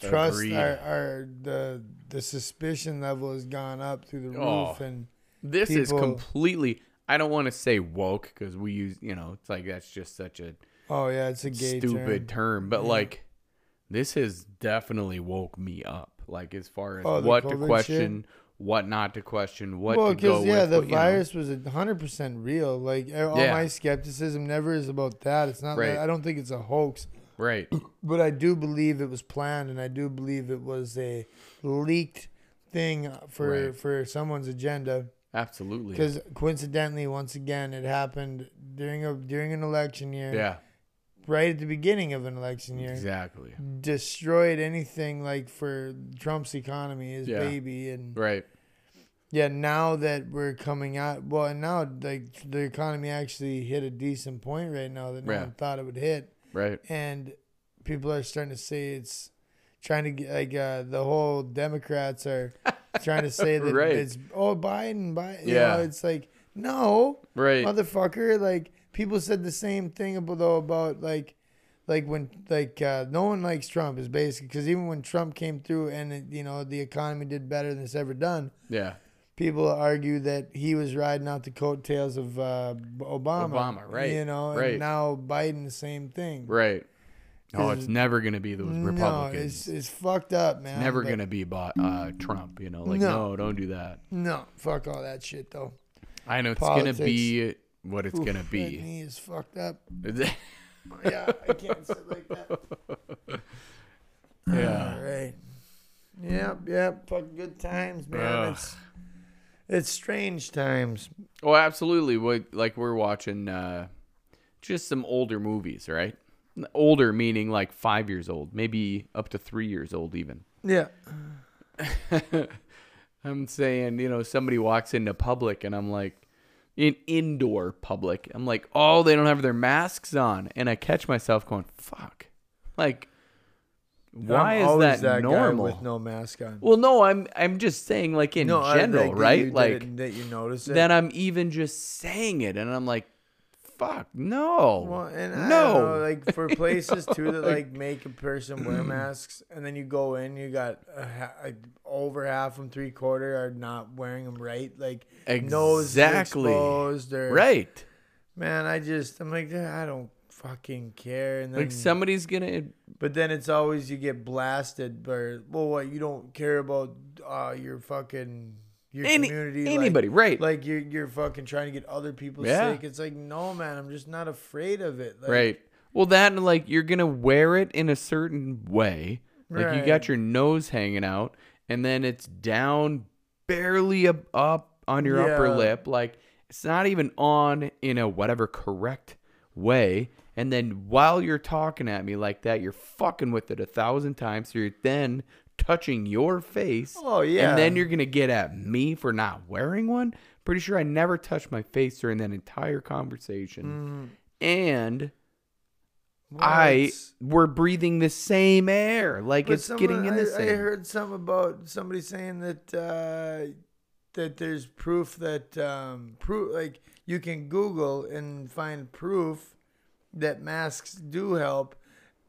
trust Agreed. our, our the the suspicion level has gone up through the Oh. roof, and This is People- completely. I don't want to say woke because we use, you know, it's like that's just such a oh yeah, it's a gay stupid term, term. but like this has definitely woke me up. Like as far as Oh, the what to COVID question, what not to question, what Well, to go because yeah, with, the what, you know. virus was was hundred percent real. Like e, all Yeah. my skepticism never is about that. It's not. Right. That, I don't think it's a hoax. right? but I do believe it was planned, and I do believe it was a leaked thing for Right. for someone's agenda. Absolutely. Because coincidentally, once again, it happened during a during an election year, Yeah, right at the beginning of an election year, exactly. Mm. destroyed anything like for Trump's economy, his Yeah. baby, and Right. yeah, now that we're coming out, well, and now like the economy actually hit a decent point right now that no Yeah. one thought it would hit Right. and people are starting to say it's trying to get like uh, the whole Democrats are trying to say that Right. it's oh Biden, Biden. Yeah. Yeah, it's like no Right. motherfucker. Like people said the same thing about though about like like when like uh, no one likes Trump is basically because even when Trump came through and it, you know the economy did better than it's ever done. yeah. People argue that he was riding out the coattails of uh, Obama. Obama, right, You know, right. and now Biden the same thing. Right. Oh, Is- it's never gonna be those Republicans. No, it's, it's it's fucked up, man. never but gonna be about uh, Trump. You know, like No. no, don't do that. No, fuck all that shit though. I know it's Politics. gonna be what it's gonna Oof, That be. knee is fucked up. yeah. Yeah, I can't sit like that. All right. Yep, yep. Fuck good times, man. Ugh. It's it's strange times. Oh, absolutely. What like we're watching uh just some older movies, right? Older meaning like 5 years old, maybe up to 3 years old even. Yeah. I'm saying, you know, somebody walks into public and I'm like in indoor public. I'm like, "Oh, they don't have their masks on." And I catch myself going, "Fuck." Like why I'm is always that, guy normal? with no mask on? well, no, I'm I'm just saying like in no, I general, like that you right? did Like it, that you notice it. then I'm even just saying it, and I'm like, "Fuck, no, Well, and I no, don't know, like for places too that like make a person wear masks, and then you go in, you got a ha- like over half them, three quarter are not wearing them right, like nose is Exactly. exposed or right? Man, I just I'm like "Ah, I don't fucking care, and then Like somebody's gonna, but then it's always you get blasted, or well, what you don't care about uh, your fucking your Any- community, like- anybody, right. Like you're you're fucking trying to get other people Yeah. sick. It's like no, man, I'm just not afraid of it. Like, right? Well, that and like you're gonna wear it in a certain way, like you Right. got your nose hanging out, and then it's down barely up, up on your upper Yeah. lip, like it's not even on in a whatever correct way. And then while you're talking at me like that, you're fucking with it a thousand times. So you're then touching your face. Oh, yeah. And then you're gonna get at me for not wearing one. Pretty sure I never touched my face during that entire Mm. conversation. And Well, I it's- we're breathing the same air. Like but it's getting someone- in the I, same. I heard something about somebody saying that uh, that there's proof that um, proof like you can Google and find proof that masks do help.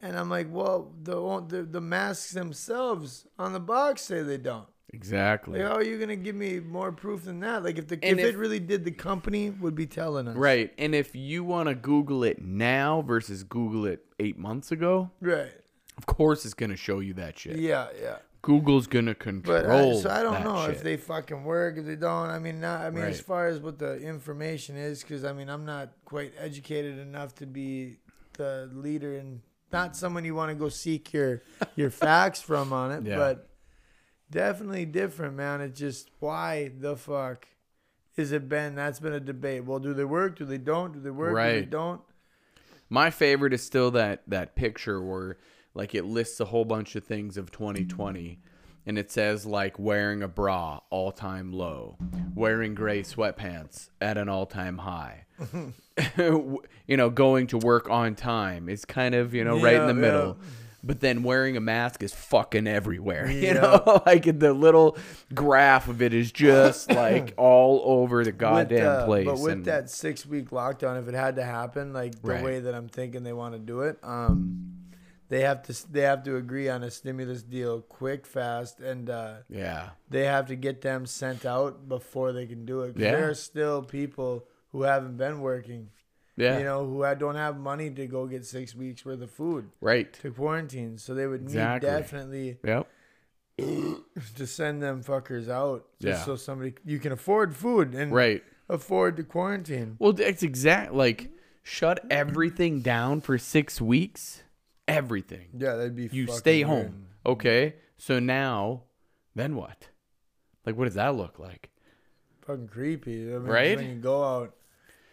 And I'm like, well, the on- the, the masks themselves on the box say they don't. exactly. Like, how are you gonna give me more proof than that? Like, if the if, And if- it really did, the company would be telling us, Right. And if you want to Google it now versus Google it eight months ago, Right. of course it's gonna show you that shit. Yeah, yeah. Google's gonna control. But I, so I don't that know if shit. they fucking work, if they don't. I mean, not. I mean, as Right. far as what the information is, because I mean, I'm not quite educated enough to be the leader and not someone you want to go seek your your facts from on it. Yeah. But definitely different, man. It's just why the fuck is it been? That's been a debate. Well, do they work? Do they don't? Do they work? Do they Right. don't? My favorite is still that that picture where like it lists a whole bunch of things of 2020 and it says like wearing a bra all-time low, wearing gray sweatpants at an all-time high. you know, going to work on time is kind of, you know, right in Yeah, the middle. but then wearing a mask is fucking everywhere. You know, like the little graph of it is just like all over the With, goddamn uh, place. But with and- that six week lockdown, if it had to happen, like the Right. way that I'm thinking they want to do it, um, they have to they have to agree on a stimulus deal quick, fast, and uh, yeah, they have to get them sent out before they can do it. 'Cause Yeah. There are still people who haven't been working, yeah, you know, who ha- don't have money to go get six weeks worth of food right, to quarantine. So they would Exactly. need definitely yep, to send them fuckers out just Yeah. so somebody you can afford food and right. afford to quarantine. Well, that's exact. Like, shut everything down for six weeks. Everything. Yeah, that'd be. You fucking stay weird. home. Okay. So now, then what? Like, what does that look like? Fucking creepy. I mean, Right? When you go out,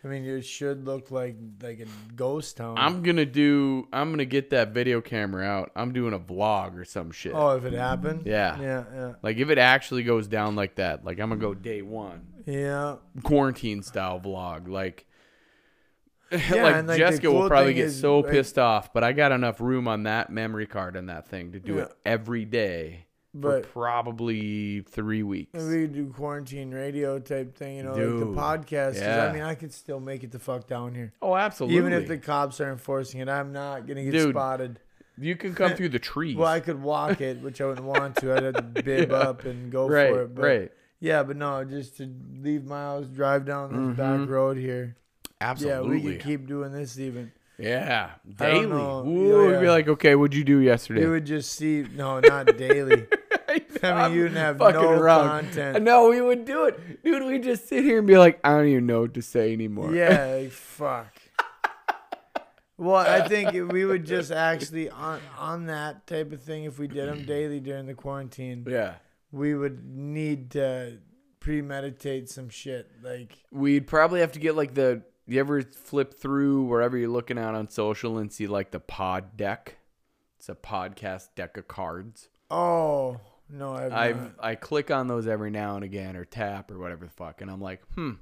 I mean, it should look like like a ghost town. I'm gonna do. I'm gonna get that video camera out. I'm doing a vlog or some shit. oh, if it happened. Yeah. Yeah. Yeah. Like if it actually goes down like that, like I'm gonna go day one Yeah. quarantine style vlog. Like, Yeah, like, and, like, the Jessica will cool probably thing get is, so like- pissed off, but I got enough room on that memory card on that thing to do it every day for But- probably three weeks. Maybe we could do quarantine radio type thing, you know, Dude, like the podcast. 'cause, yeah. I mean, I could still make it the fuck down here, Oh, absolutely. even if the cops are enforcing it. I'm not gonna get Dude. spotted. you can come through the trees, Well, I could walk it, which I wouldn't want to. I'd have to bib Yeah. up and go right, for it. But right, Yeah, but no, just to leave my house, drive down this back road here. Mm-hmm. absolutely, Yeah, we could keep doing this even. Yeah, I daily. don't know. Ooh, Yeah. We'd be like, okay, what'd you do yesterday? You would just see no, not daily. I mean, you didn't have no content. No, we would do it, dude. We just sit here and be like, I don't even know what to say anymore. Yeah, like, fuck. Well, I think if we would just actually on on that type of thing. If we did them daily during the quarantine, yeah. we would need to premeditate some shit. Like, We'd probably have to get like the. You ever flip through wherever you're looking at on social and see like the pod deck? It's a podcast deck of cards. oh no, I've, I've not. I click on those every now and again or tap or whatever the fuck, and I'm like, hmm.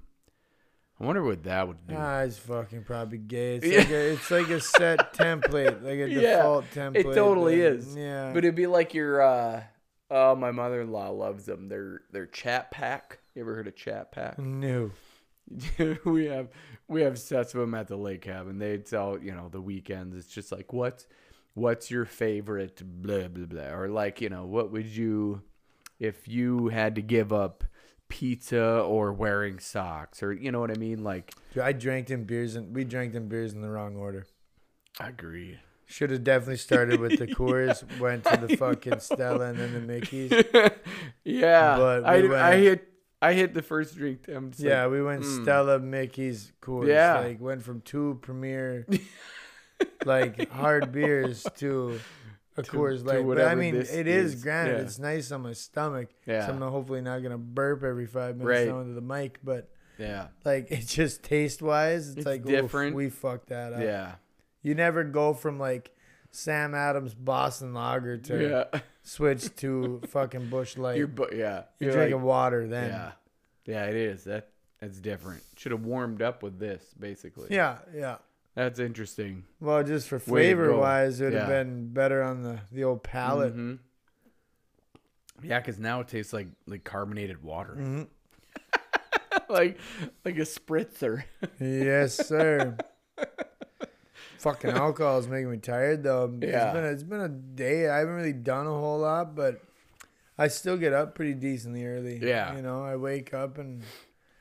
I wonder what that would do. Ah, it's fucking probably gay. It's, Yeah. like a, it's like a set template, like a Yeah, default template. It totally that- is. Yeah. But it'd be like your uh oh my mother in law loves them. They're they're chat pack. You ever heard of chat pack? new. we have we have sets of them at the lake cabin. They sell, you know, the weekends. It's just like what's what's your favorite blah blah blah or like, you know, what would you if you had to give up pizza or wearing socks or you know what I mean? Like Dude, I drank them beers and we drank them beers in the wrong order. I agree. Should have definitely started with the Coors, went to the fucking Stella and then the Mickey's. yeah. But I, we went- I hit I hit the first drink. I'm just like, Yeah, we went Stella, Mickey's, Coors. hmm. Yeah. Like went from two premier like hard beers to a Coors to Light. but I whatever mean, this it is. is. Granted, Yeah. it's nice on my stomach. Yeah. So I'm hopefully not gonna burp every five minutes Right. down into the mic, but. Yeah. Like it just taste wise, it's, It's like oof, different. we fucked that up. Yeah. You never go from like Sam Adams Boston Lager to Yeah. switch to fucking Bush Light. You're You're, bu- yeah. You're drinking like, water then. yeah. Yeah, it is. That that's different. Should have warmed up with this basically. yeah, yeah. That's interesting. Well, just for Way to go. flavor wise, it would have Yeah. been better on the the old palate. Mhm. Yeah, cuz now it tastes like like carbonated water. like like a spritzer. Yes, sir. fucking alcohol is making me tired though. Yeah. It's been a, it's been a day. I haven't really done a whole lot, but I still get up pretty decently early. Yeah. You know, I wake up and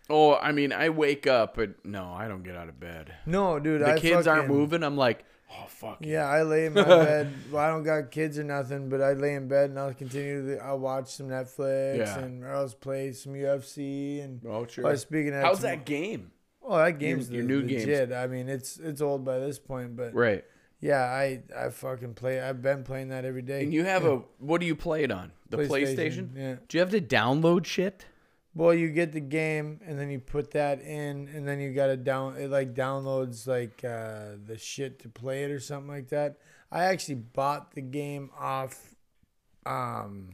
oh, I mean, I wake up but no, I don't get out of bed. no, dude. The I kids aren't fucking- moving. I'm like, "Oh fuck." it." Yeah, I lay in my bed. Well, I don't got kids or nothing, but I lay in bed and I'll continue. To, I'll watch some Netflix Yeah. and or else play some UFC and. Oh, sure. Well, speaking of How's some- that game? Oh, that game's your le- new games? legit. I mean, it's it's old by this point, but Right. yeah, I I fucking play. I've been playing that every day. And you have a what do you play it on? The PlayStation? Yeah. Do you have to download shit? Well, you get the game and then you put that in, and then you gotta down. It like downloads like uh, the shit to play it or something like that. I actually bought the game off, um,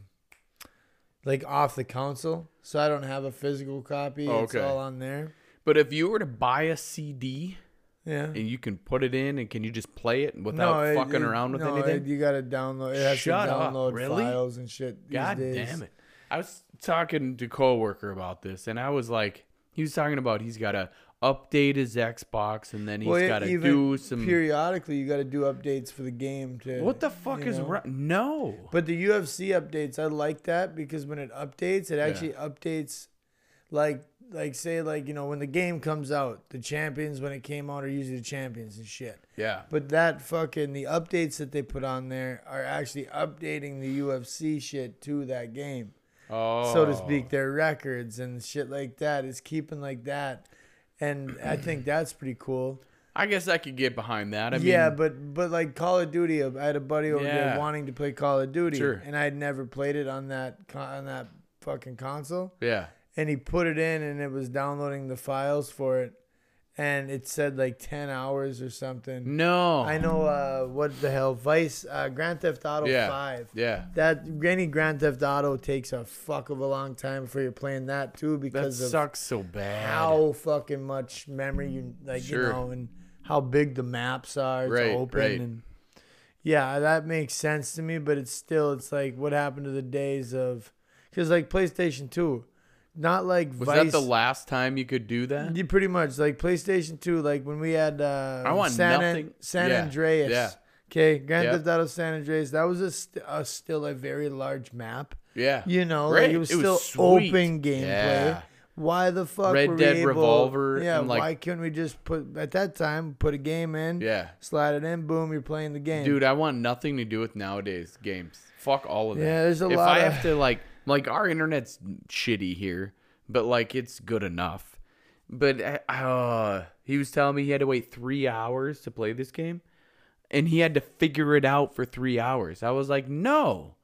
like off the console, so I don't have a physical copy. It's Oh, Okay. all on there. But if you were to buy a CD, Yeah. and you can put it in and can you just play it without it- fucking it- around with no, anything? it- you got to download. It has Shut to up, download really? files and shit. these God days. damn it. I was talking to a coworker about this and I was like he was talking about he's gotta update his Xbox and then he's Well, gotta even do some periodically. You got to do updates for the game to. What the fuck you is know? wrong? No. But the UFC updates, I like that because when it updates, it actually updates, like like say like you know when the game comes out, the champions when it came out are usually the champions and shit. Yeah. But that fucking the updates that they put on there are actually updating the UFC shit to that game, Oh so to speak, their records and shit like that. It's keeping like that, and I think that's pretty cool. I guess I could get behind that. I yeah, mean but but like Call of Duty, I had a buddy over Yeah. there wanting to play Call of Duty, Sure. and I had never played it on that con- on that fucking console. Yeah. And he put it in, and it was downloading the files for it, and it said like ten hours or Mm. something. No. I know uh, what the hell Vice uh, Grand Theft Auto Yeah. Five. Yeah. That any Grand Theft Auto takes a fuck of a long time before you're playing that too That because of sucks so bad. how fucking much memory you like Sure. you know and how big the maps are it's Right, open right. and yeah that makes sense to me but it's still it's like what happened to the days of because like playstation 2 not like was that vice the last time you could do that? you pretty much like playstation 2 like when we had uh I want san, An- nothing- san yeah, andreas yeah. okay grand Yep. theft auto san andreas that was a, st- a still a very large map Yeah. you know, like Great. it was It was still sweet. open gameplay. Yeah. Why the fuck Red were we Dead able- Revolver Yeah, and, like- why couldn't we just put at that time put a game in? Yeah. slide it in, boom, you're playing the game, Dude, I want nothing to do with nowadays games. Fuck all of that. Yeah, there's a if lot I of- have to like like our internet's shitty here, but like it's good enough. But I- uh, he was telling me he had to wait three hours to play this game, and he had to figure it out for three hours. I was like, no,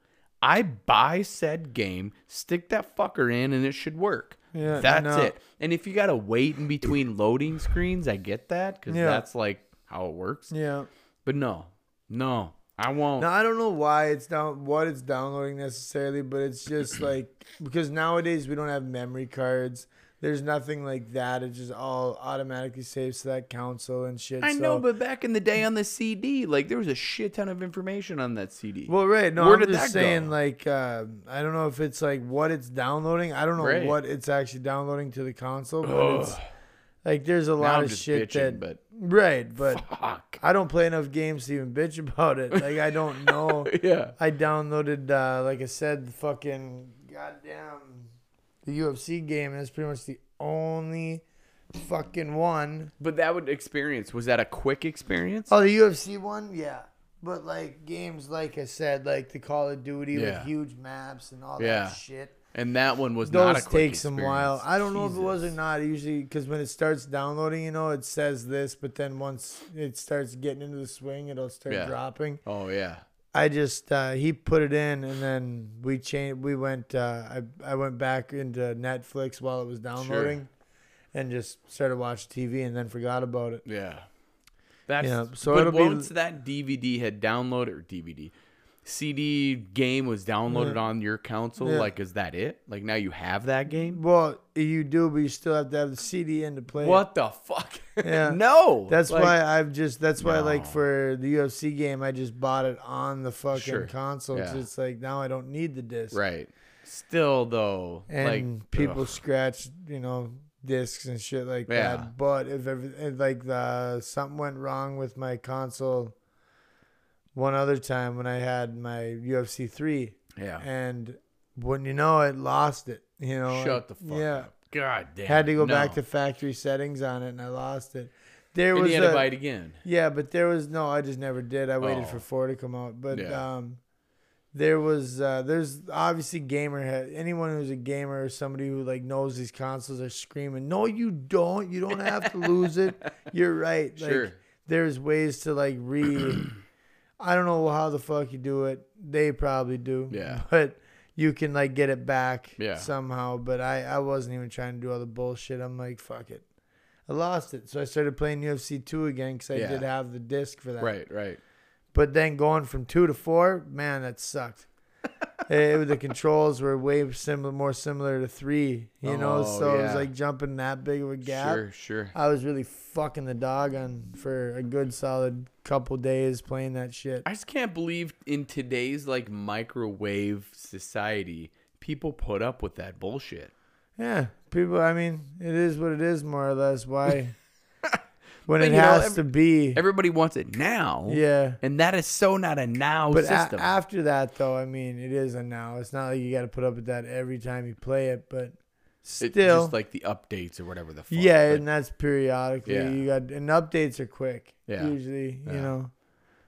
I buy said game, stick that fucker in, and it should work. Yeah, that's no. it. And if you gotta wait in between loading screens, I get that because Yeah. that's like how it works. Yeah. But no, no, I won't. Now I don't know why it's down, what it's downloading necessarily, but it's just like because nowadays we don't have memory cards. There's nothing like that. It just all automatically saves to that console and shit. I so. know, but back in the day on the CD, like there was a shit ton of information on that CD. Well, right. No, Where I'm did just that go? saying, like, uh, I don't know if it's like what it's downloading. I don't know Right. what it's actually downloading to the console, but it's Ugh. like there's a lot I'm of just shit bitching, that. but- Right, but Fuck. I don't play enough games to even bitch about it. Like, I don't know. Yeah. I downloaded, uh, like I said, the fucking goddamn the UFC game, and it's pretty much the only fucking one. But that would experience was that a quick experience? Oh, the UFC one, yeah. But like games, like I said, like the Call of Duty Yeah. with huge maps and all Yeah. that shit. and that one was not a Those quick take some experience. while. I don't know if it was or Jesus. not. Usually, because when it starts downloading, you know, it says this, but then once it starts getting into the swing, it'll start Yeah. dropping. Oh yeah. I just uh, he put it in, and then we changed. We went. Uh, I I went back into Netflix while it was downloading, and just started watching TV, and then forgot about it. Yeah. That's Yeah, so but it'll be- once that DVD had downloaded or DVD CD game was downloaded on your console, Yeah. like is that it? Like now you have that game? Well, you do, but you still have to have the CD in to play. it. What the fuck? Yeah. no. That's Like, why I've just. That's why, like No. for the UFC game, I just bought it on the fucking Sure. console. 'cause Yeah. It's like now I don't need the disc. Right. Still though, And like people ugh. scratch, you know, discs and shit like Yeah. that. But if, every, if like the something went wrong with my console, one other time when I had my UFC three, Yeah. and wouldn't you know, it lost it. You know, Shut like, the fuck yeah. up. God damn. Had to go back no. to factory settings on it, and I lost it. There And was he had a, to buy it again. Yeah, but there was no. I just never did. I waited Oh. for four to come out, but Yeah. um, there was uh, there's obviously gamer head. Anyone who's a gamer or somebody who like knows these consoles are screaming, "No, you don't. You don't have to lose it. You're right. Like, Sure. There's ways to like re. I don't know how the fuck you do it. They probably do. Yeah. But you can like get it back Yeah. somehow. But I I wasn't even trying to do all the bullshit. I'm like fuck it. I lost it. So I started playing UFC 2 again because I Yeah. did have the disc for that. Right, right. But then going from 2 to 4, man, that sucked. it, was- the controls were way similar, more similar to three. You know, Oh, so it yeah. was like jumping that big of a gap. Sure, sure. I was really fucking the dog on for a good solid couple days playing that shit. I just can't believe in today's like microwave society, people put up with that bullshit. Yeah, people. I mean, it is what it is, more or less. Why? when But it you know, has ev- to be. Everybody wants it now. yeah. And that is so not a now But a- system. after that, though, I mean, it is a now. It's not like you got to put up with that every time you play it, but It's still, just like the updates or whatever the fuck. yeah, But, and that's periodically. Yeah. You got and updates are quick. Yeah. usually, Yeah. you know.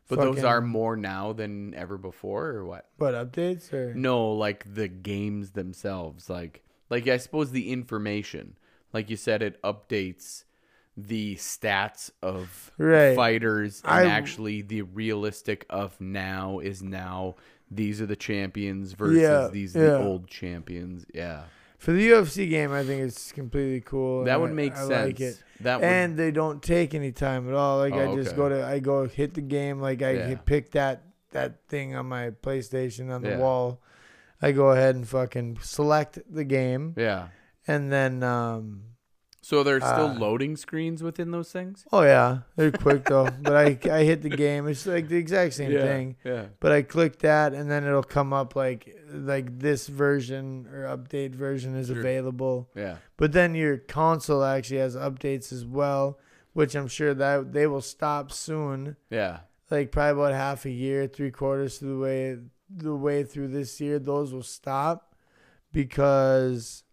but those fucking- are more now than ever before or what? what updates or No, like the games themselves. Like like I suppose the information. Like you said, it updates the stats of Right. fighters and I- actually the realistic of now is now these are the champions versus Yeah, these yeah. the old champions. Yeah. for the UFC game? I think it's completely cool. That and would I- make I sense. like it. That would and they don't take any time at all. Like Oh, I just okay. go to I go hit the game. Like I Yeah. hit- pick that that thing on my PlayStation on the Yeah. wall. I go ahead and fucking select the game, Yeah. and then um So there's still Uh, loading screens within those things? oh yeah, they're quick though. But I I hit the game. It's like the exact same thing. Yeah. But I click that, and then it'll come up like like this version or update version is Sure. available. Yeah. But then your console actually has updates as well, which I'm sure that they will stop soon. Yeah. like probably about half a year, three quarters of the way the way through this year, those will stop because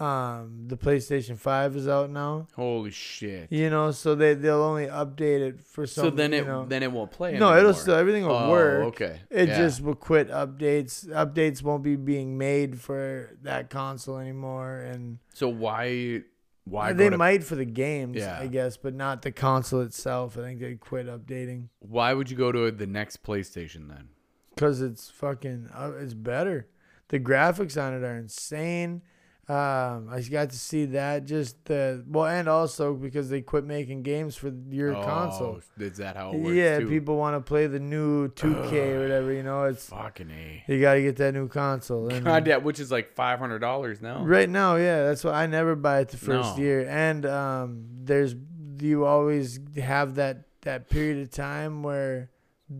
um the PlayStation Five is out now. Holy shit. You know, so they they'll only update it for some. so then you it know- then it won't play. no, it'll anymore. still everything will Oh, work. Okay. It Yeah. just will quit updates. Updates won't be being made for that console anymore, and so why why they go to- might for the games, Yeah. I guess, but not the console itself. I think they quit updating why would you go to the next PlayStation then? because it's fucking uh, it's better the graphics on it are insane um, i got to see that just the well and also because they quit making games for your oh, console Is that how it works? yeah too? people want to play the new 2k or whatever you know it's Fucking a. you got to get that new console and God, yeah, which is like five hundred dollars now. right now yeah that's why i never buy it the first No. year and um, there's you always have that that period of time where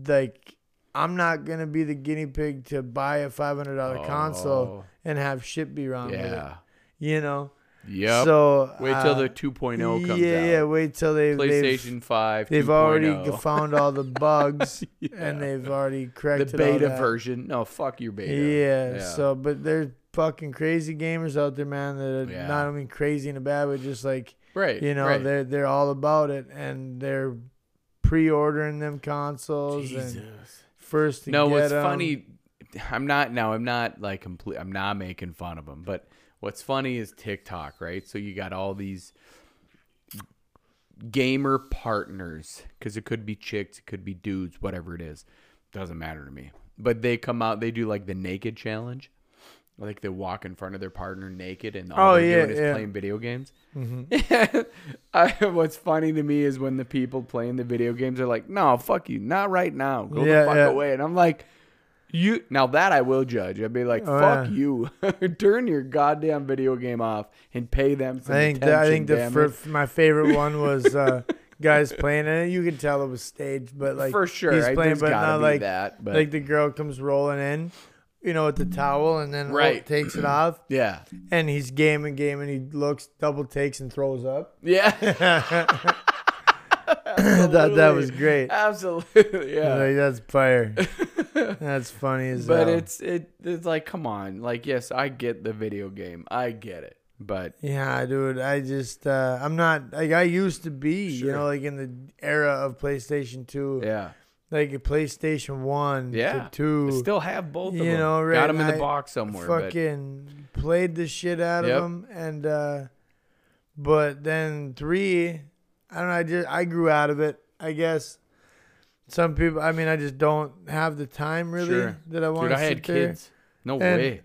like i'm not gonna be the guinea pig to buy a $500 console and have shit be Oh, wrong with it Yeah. you know Yep. so Wait till uh, the 2.0 comes yeah out. yeah wait till they PlayStation oh. they've, 5. they've already 2.0. found all the bugs oh. Yeah. and they've already the corrected all beta that. version. No, fuck your beta. Yeah, Yeah. So, but there's fucking crazy gamers out there, man. That are Yeah. not only crazy in a bad, but just like right. you know, right. they're they're all about it and they're pre-ordering them consoles and first. To No, get um, what's 'em. funny? I'm not now. I'm not like complete. I'm not making fun of them. But what's funny is TikTok, right? So you got all these gamer partners because it could be chicks, it could be dudes, whatever it is. Doesn't matter to me. But they come out. They do like the naked challenge. Like they walk in front of their partner naked, and all Oh, they're yeah, doing is yeah. playing video games. I, what's funny to me is when the people playing the video games are like, "No, fuck you, not right now. Go Yeah, the fuck yeah. away." And I'm like, "You now that I will judge. I'd be like, Oh, fuck yeah. you. Turn your goddamn video game off and pay them I some think attention." that, I think the damn fir- it." my favorite one was uh, guys playing it. You could tell it was staged, but like for sure, he's I playing, there's but gotta not be like that. But like the girl comes rolling in. You know, with the towel, and then oh, Right. takes it off, yeah, and he's gaming, gaming. He looks, double takes, and throws up. yeah, I thought that was Absolutely. great. absolutely, I was yeah. like, that's fire. That's funny as But hell. it's it it's like, come on, like yes, I get the video game, I get it, but yeah, dude. I just uh, I'm not like I used to be. You Sure. know, like in the era of PlayStation Two, yeah. like a PlayStation One, Yeah. to Two. I still have both of you them. know, right, Got them in the I box somewhere. but- fucking played the shit out Yep. of them, and uh, but then three, I don't know. I just I grew out of it. I guess some people. I mean, I just don't have the time really Sure. that I want Dude, to I sit had there. kids. No And- way.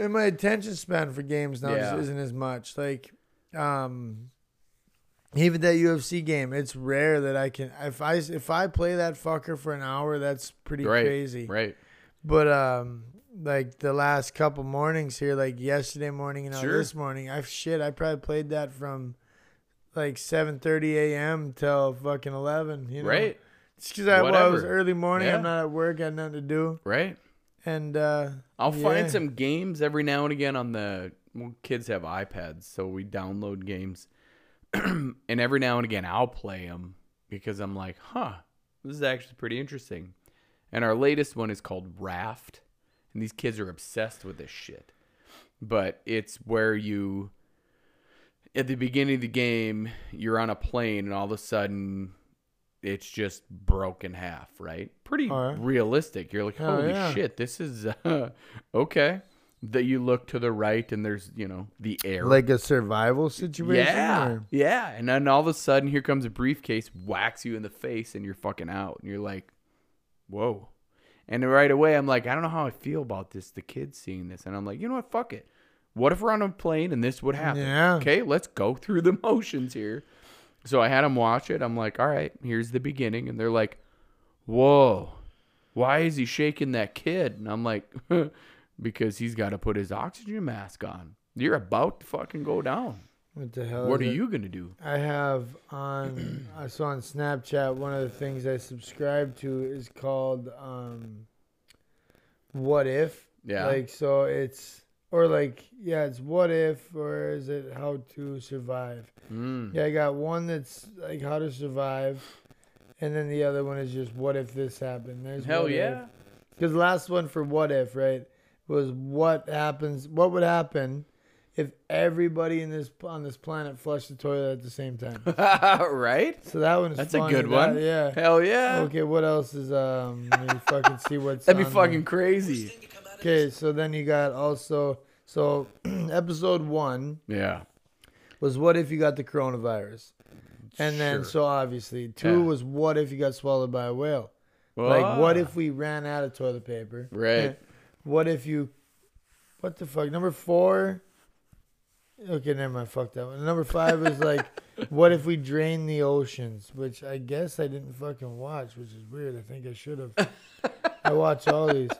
And my attention span for games now just Yeah. isn't as much. Like, um, even that UFC game, it's rare that I can. If I if I play that fucker for an hour, that's pretty Right. crazy. Right. But um, like the last couple mornings here, like yesterday morning and now Sure. this morning. I shit, I probably played that from like seven thirty a.m. till fucking eleven. You know, right? It's because I, well, it was Whatever. early morning. Yeah. I'm not at work. I had nothing to do, Right. and uh, I'll Yeah. find some games every now and again on the well, kids have iPads, so we download games, and every now and again I'll play them because I'm like, huh, this is actually pretty interesting. And our latest one is called Raft, and these kids are obsessed with this shit. But it's where you, at the beginning of the game, you're on a plane, and all of a sudden. It's just broken half, right? Pretty All right. realistic. You're like, Oh, holy yeah. shit, this is uh, okay. That you look to the right and there's, you know, the air. like a survival situation. yeah. or- Yeah. And then all of a sudden, here comes a briefcase, whacks you in the face, and you're fucking out. And you're like, whoa. And then right away, I'm like, I don't know how I feel about this. The kids seeing this. And I'm like, you know what? Fuck it. What if we're on a plane and this would happen? Yeah. Okay. Let's go through the motions here. So I had them watch it. I'm like, all right, here's the beginning. And they're like, whoa, why is he shaking that kid? And I'm like, because he's got to put his oxygen mask on. You're about to fucking go down. What the hell? What is are it? you going to do? I have on I saw on Snapchat one of the things I subscribe to is called um what if. Yeah. Like so it's or like yeah, it's what if or is it how to survive? Mm. Yeah, I got one that's like how to survive and then the other one is just what if this happened. There's Hell yeah. Cuz last one for what if, right? Was what happens what would happen if everybody in this on this planet flushed the toilet at the same time? right? So that one is That's a funny. good That- one. yeah. Hell yeah. Okay, what else is um? Let me fucking see what's. That'd be on fucking crazy. there. Okay, so then you got also so episode one Yeah. was what if you got the coronavirus, and then Sure. so obviously two Yeah. Ah. was what if you got swallowed by a whale. Like what if we ran out of toilet paper? Right. What if you? What the fuck? Number four. Okay, never mind. Fuck that one. Number five is like, what if we drain the oceans? Which I guess I didn't fucking watch, which is weird. I think I should have. I watch all these.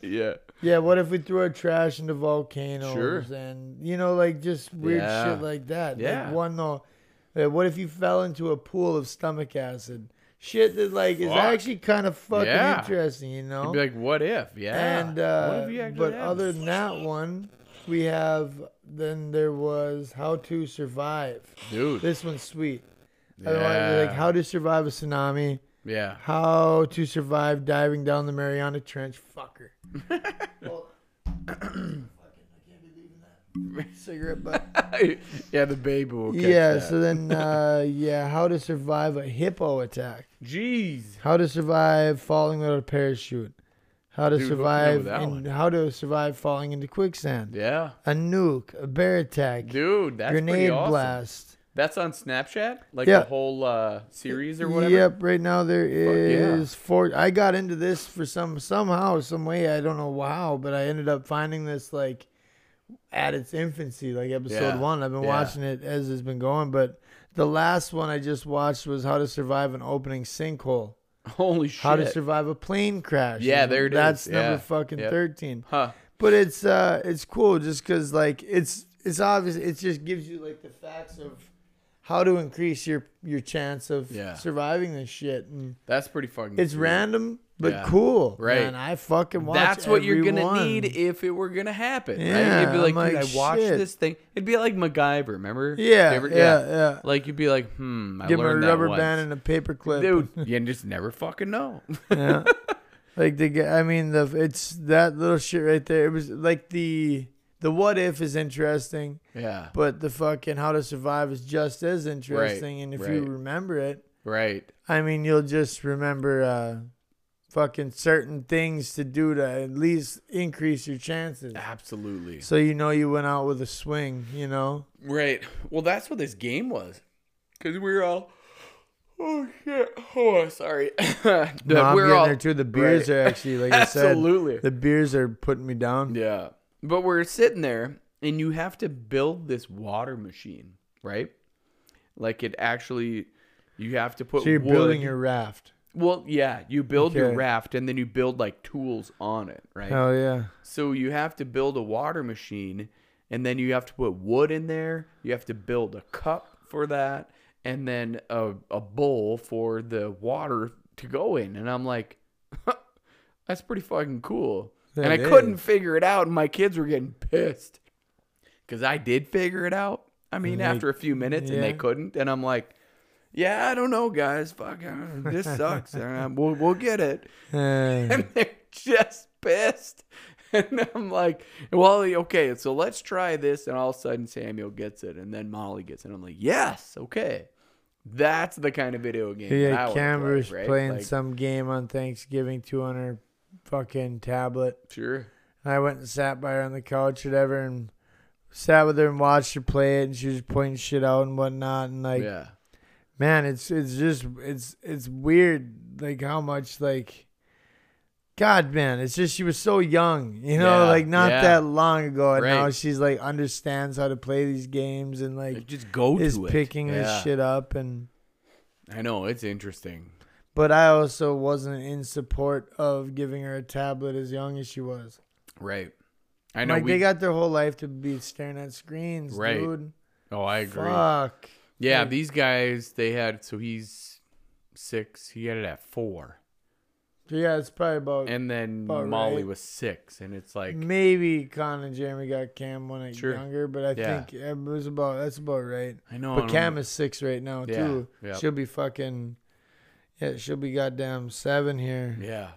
Yeah. Yeah, what if we threw our trash into volcanoes Sure. and you know, like just weird Yeah. shit like that. Like, Yeah. one though, uh, what if you fell into a pool of stomach acid? Shit that like is Fuck. actually kind of fucking Yeah. interesting, you know. You'd be like, what if? Yeah. And uh, what if you actually but had- other than that one, we have then there was how to survive. dude. This one's sweet. yeah. Other one, like how to survive a tsunami, yeah. how to survive diving down the Mariana Trench, fucker. well, cigarette butt. yeah, the baby will catch yeah. that. So then, uh, yeah, how to survive a hippo attack. Jeez. How to survive falling without a parachute. How to Dude, who- no, survive that in, one. how to survive falling into quicksand. Yeah. A nuke, a bear attack, Dude, that's pretty grenade awesome. blast. That's on Snapchat? Like Yeah. the whole uh, series or whatever? Yep, right now there yeah. is four. I got into this for some somehow, some way. I don't know how, but I ended up finding this like at its infancy, like episode Yeah, one. I've been yeah. watching it as it's been going, but the last one I just watched was how to survive an opening sinkhole, Holy shit. how to survive a plane crash. Yeah, there it That's is. number Yeah, fucking yep. thirteen. huh. But it's uh, it's cool just because like it's it's obvious. It just gives you like the facts of how to increase your your chance of Yeah. surviving this shit. And That's pretty fucking it's cool. random but Yeah. cool, Right. Man, I fucking watch. That's what you're every gonna one. need if it were gonna happen. Yeah, right? It'd be like, I'm dude, like, I watched shit. this thing. It'd be like MacGyver, remember? Yeah, You ever- yeah, yeah. Like you'd be like, hmm, I Give him a learned rubber that once. band and a paper clip, Dude, you just never fucking know. yeah. Like the guy, I mean, the it's that little shit right there. It was like the the what if is interesting. yeah. But the fucking how to survive is just as interesting. and if you right. remember it, Right. I mean, you'll just remember uh, fucking certain things to do to at least increase your chances. Absolutely. So you know you went out with a swing, you know? Right. Well, that's what this game was. Because we were all, oh shit, oh sorry. The- No, I'm we're getting all- there too. The beers right. are actually, like I said, absolutely. the beers are putting me down. Yeah. But we're sitting there and you have to build this water machine, right? Like it actually you have to put So you're wood. building your raft. Well, yeah, you build your Okay. raft and then you build like tools on it, right? Hell yeah. So you have to build a water machine and then you have to put wood in there. You have to build a cup for that and then a, a bowl for the water to go in. And I'm like, that's pretty fucking cool. and I That couldn't is. figure it out and my kids were getting pissed because I did figure it out. I mean, And they- after a few minutes and they yeah. couldn't. And I'm like, yeah, I don't know, guys. Fuck, uh, this sucks. Uh, we'll, we'll get it Eh, and they're just pissed. And I'm like, well, okay, so let's try this. And all of a sudden, Samuel gets it, and then Molly gets it. I'm like, yes, okay. That's the kind of video game. he I had would Canvas like, right? playing Like, some game on Thanksgiving too on her fucking tablet. Sure. And I went and sat by her on the couch, whatever, and sat with her and watched her play it. And she was pointing shit out and whatnot. And like, yeah. man, it's it's just it's it's weird, like how much like, God, man, it's just she was so young, you know, Yeah, like not yeah. that long ago, and now Right. she's like understands how to play these games and like Just go is to it. picking Yeah. this shit up and. I know it's interesting. But I also wasn't in support of giving her a tablet as young as she was. Right. I know. like we, they got their whole life to be staring at screens, Right. dude. oh, I agree. Fuck. Yeah, Like- these guys. They had. So he's six. He had it at four, Yeah, it's probably about and then About Molly right. Mm. was six, and it's like maybe Con and Jeremy got Cam when I Sure. younger, but I Yeah. think it was about that's about right. I know. But and I'm Cam is six right now Yeah, too. yeah. She'll be fucking yeah, she'll be goddamn seven here. Yeah, Yeah.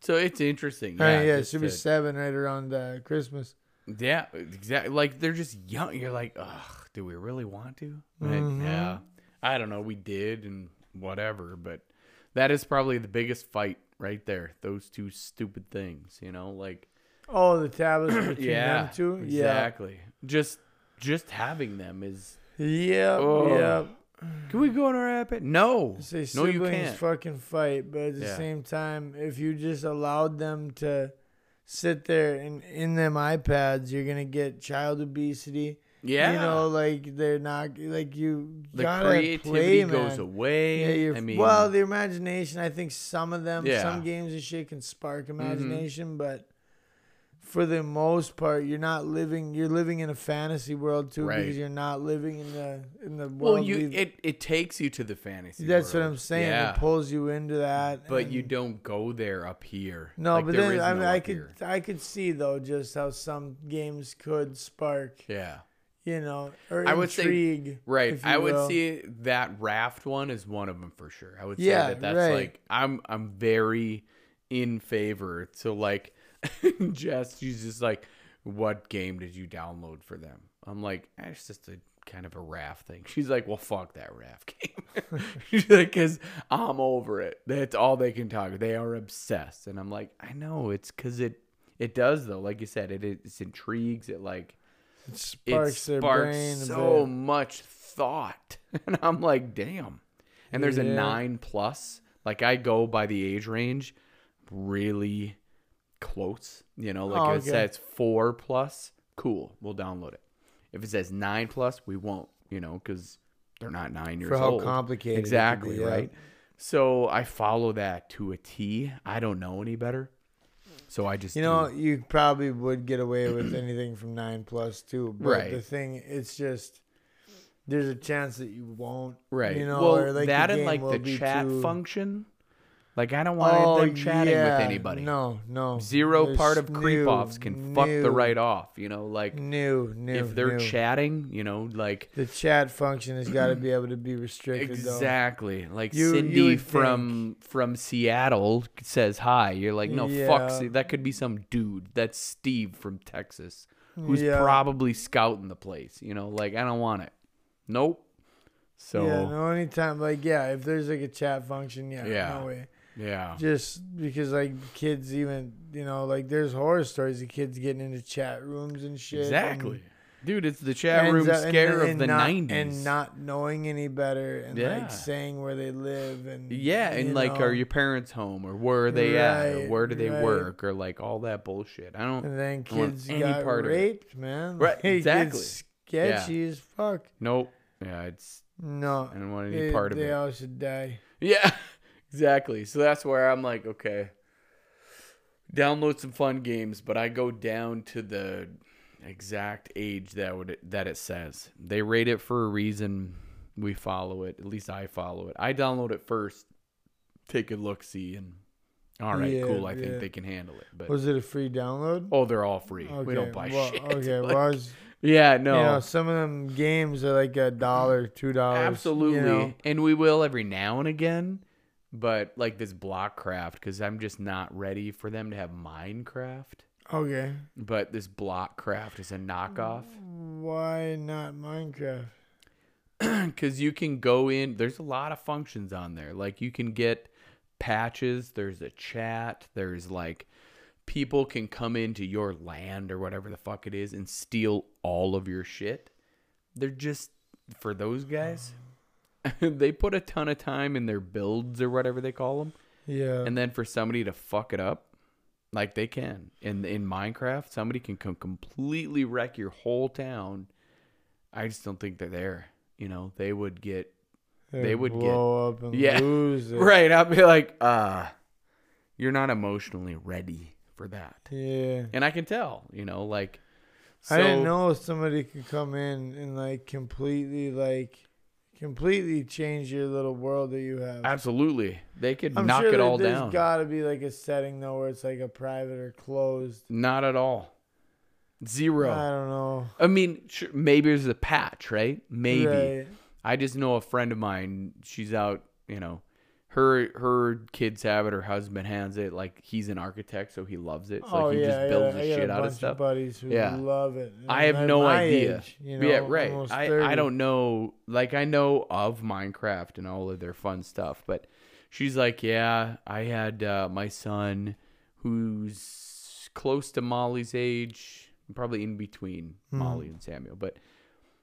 So it's interesting. yeah, Yeah, just she'll be to- seven right around uh, Christmas. yeah, exactly. Like they're just young. You're like, ugh, do we really want to? Like, Mhm. Yeah. I don't know. We did and whatever, but that is probably the biggest fight right there. Those two stupid things, you know, like Oh, the tablets between yeah, them two? exactly. Just just having them is. Yeah. Yeah. Oh. Yeah. Can we go on our app? No, say no, siblings you can't. fucking fight, but at the Yeah. same time, if you just allowed them to sit there and in them iPads, you're gonna get child obesity. yeah, you know, like they're not like you the gotta creativity play, goes man. away. Yeah, you're, I mean, well, the imagination. I think some of them, Yeah. Mm-hmm. some games and shit can spark imagination, but for the most part, you're not living. You're living in a fantasy world too, Right. because you're not living in the in the world. well, you we- it, it takes you to the fantasy. that's what world. I'm saying. Yeah. It pulls you into that. But you and- don't go there up here. no, Like, but there then is I, mean, no I up could here. I could see though just how some games could spark Yeah, you know or I would say- intrigue. right. if I you would will. see that raft one is one of them for sure. I would say Yeah, that that's right. like I'm I'm very in favor. So like, Jess, she's just like, what game did you download for them? I'm like, "Eh, it's just a kind of a raft thing. She's like, well, fuck that raft game. she's like, because I'm over it. That's all they can talk. They are obsessed, and I'm like, I know it's because it it does though. Like you said, it it's intrigues. It like it it sparks their sparks brain a so bit. much thought and i'm like damn and there's a Yeah. nine plus like i go by the age range really close you know like Oh, if okay. it says four plus cool we'll download it if it says nine plus we won't you know because they're not nine years for how old complicated it could exactly be, yeah. right so i follow that to a t i don't know any better so i just You do. know, you probably would get away with anything from nine plus two, but Right. the thing, it's just there's a chance that you won't, Right. You know, well, or like that the and game like will the be chat too- function. Like I don't want Oh, them chatting yeah. with anybody. No, no. Zero There's part of new, creep offs can fuck the new, right off. You know, like New, new. if they're new. chatting, you know, like the chat function has got to be able to be restricted. Though. exactly like You- you Cindy would from from Seattle says hi. You're like, no, Yeah. fuck. Se- That could be some dude. That's Steve from Texas, who's Yeah. probably scouting the place. You know, like I don't want it. Nope. So Yeah, no, anytime, like, yeah, if there's like a chat function, yeah, Yeah. no way. yeah, Just because, like, kids even, you know, like, there's horror stories of kids getting into chat rooms and shit. and- Exactly. Dude, it's the chat ends room up- and- scare of and the not- 90s. and not knowing any better and Yeah. like saying where they live and yeah, and you like, know, are your parents home or where are they at or Right, where do they right. Uh, work or like all that bullshit. I don't. and then I want kids any got part of it. raped, man. Right, Like, it's exactly. sketchy as fuck. Nope. Yeah, it's. No, I don't want any they, part of they it. all should die. Yeah. Exactly. So that's where I'm like, okay, download some fun games, but I go down to the exact age that would that it says. They rate it for a reason. We follow it. At least I follow it. I download it first, take a look, see, and all right, Yeah, cool. I yeah. think they can handle it. But Was it a free download? oh, they're all free. we don't buy well, shit. Okay, Like, well, I was, yeah, no, you know, some of them games are like a dollar, two dollars. absolutely. You know? And we will every now and again. But like this block craft, because I'm just not ready for them to have Minecraft. Okay, But this block craft is a knockoff. why not Minecraft? because you can go in there's a lot of functions on there like you can get patches there's a chat there's like people can come into your land or whatever the fuck it is and steal all of your shit they're just for those guys they put a ton of time in their builds or whatever they call them Yeah, and then for somebody to fuck it up like they can in in minecraft somebody can come completely wreck your whole town i just don't think they're there you know they would get they would get- blow up and Yeah. lose it. right i'd be like uh you're not emotionally ready for that Yeah, and i can tell you know like I didn't so- know somebody could come in and like completely like completely change your little world that you have. absolutely they could I'm knock sure it that all there's down gotta be like a setting though where it's like a private or closed. not at all zero I don't know. i mean sure, maybe there's a patch right maybe Right. I just know a friend of mine. She's out, you know, her her kids have it. Her husband has it. Like he's an architect, so he loves it. So oh he yeah, just builds I got, the I got shit a out bunch of stuff. buddies who Yeah. love it. I have And at no my idea. age, you know, yeah, right. almost I, 30. I don't know. Like I know of Minecraft and all of their fun stuff, but she's like, yeah, I had uh, my son who's close to Molly's age, probably in between Molly Hmm. and Samuel, but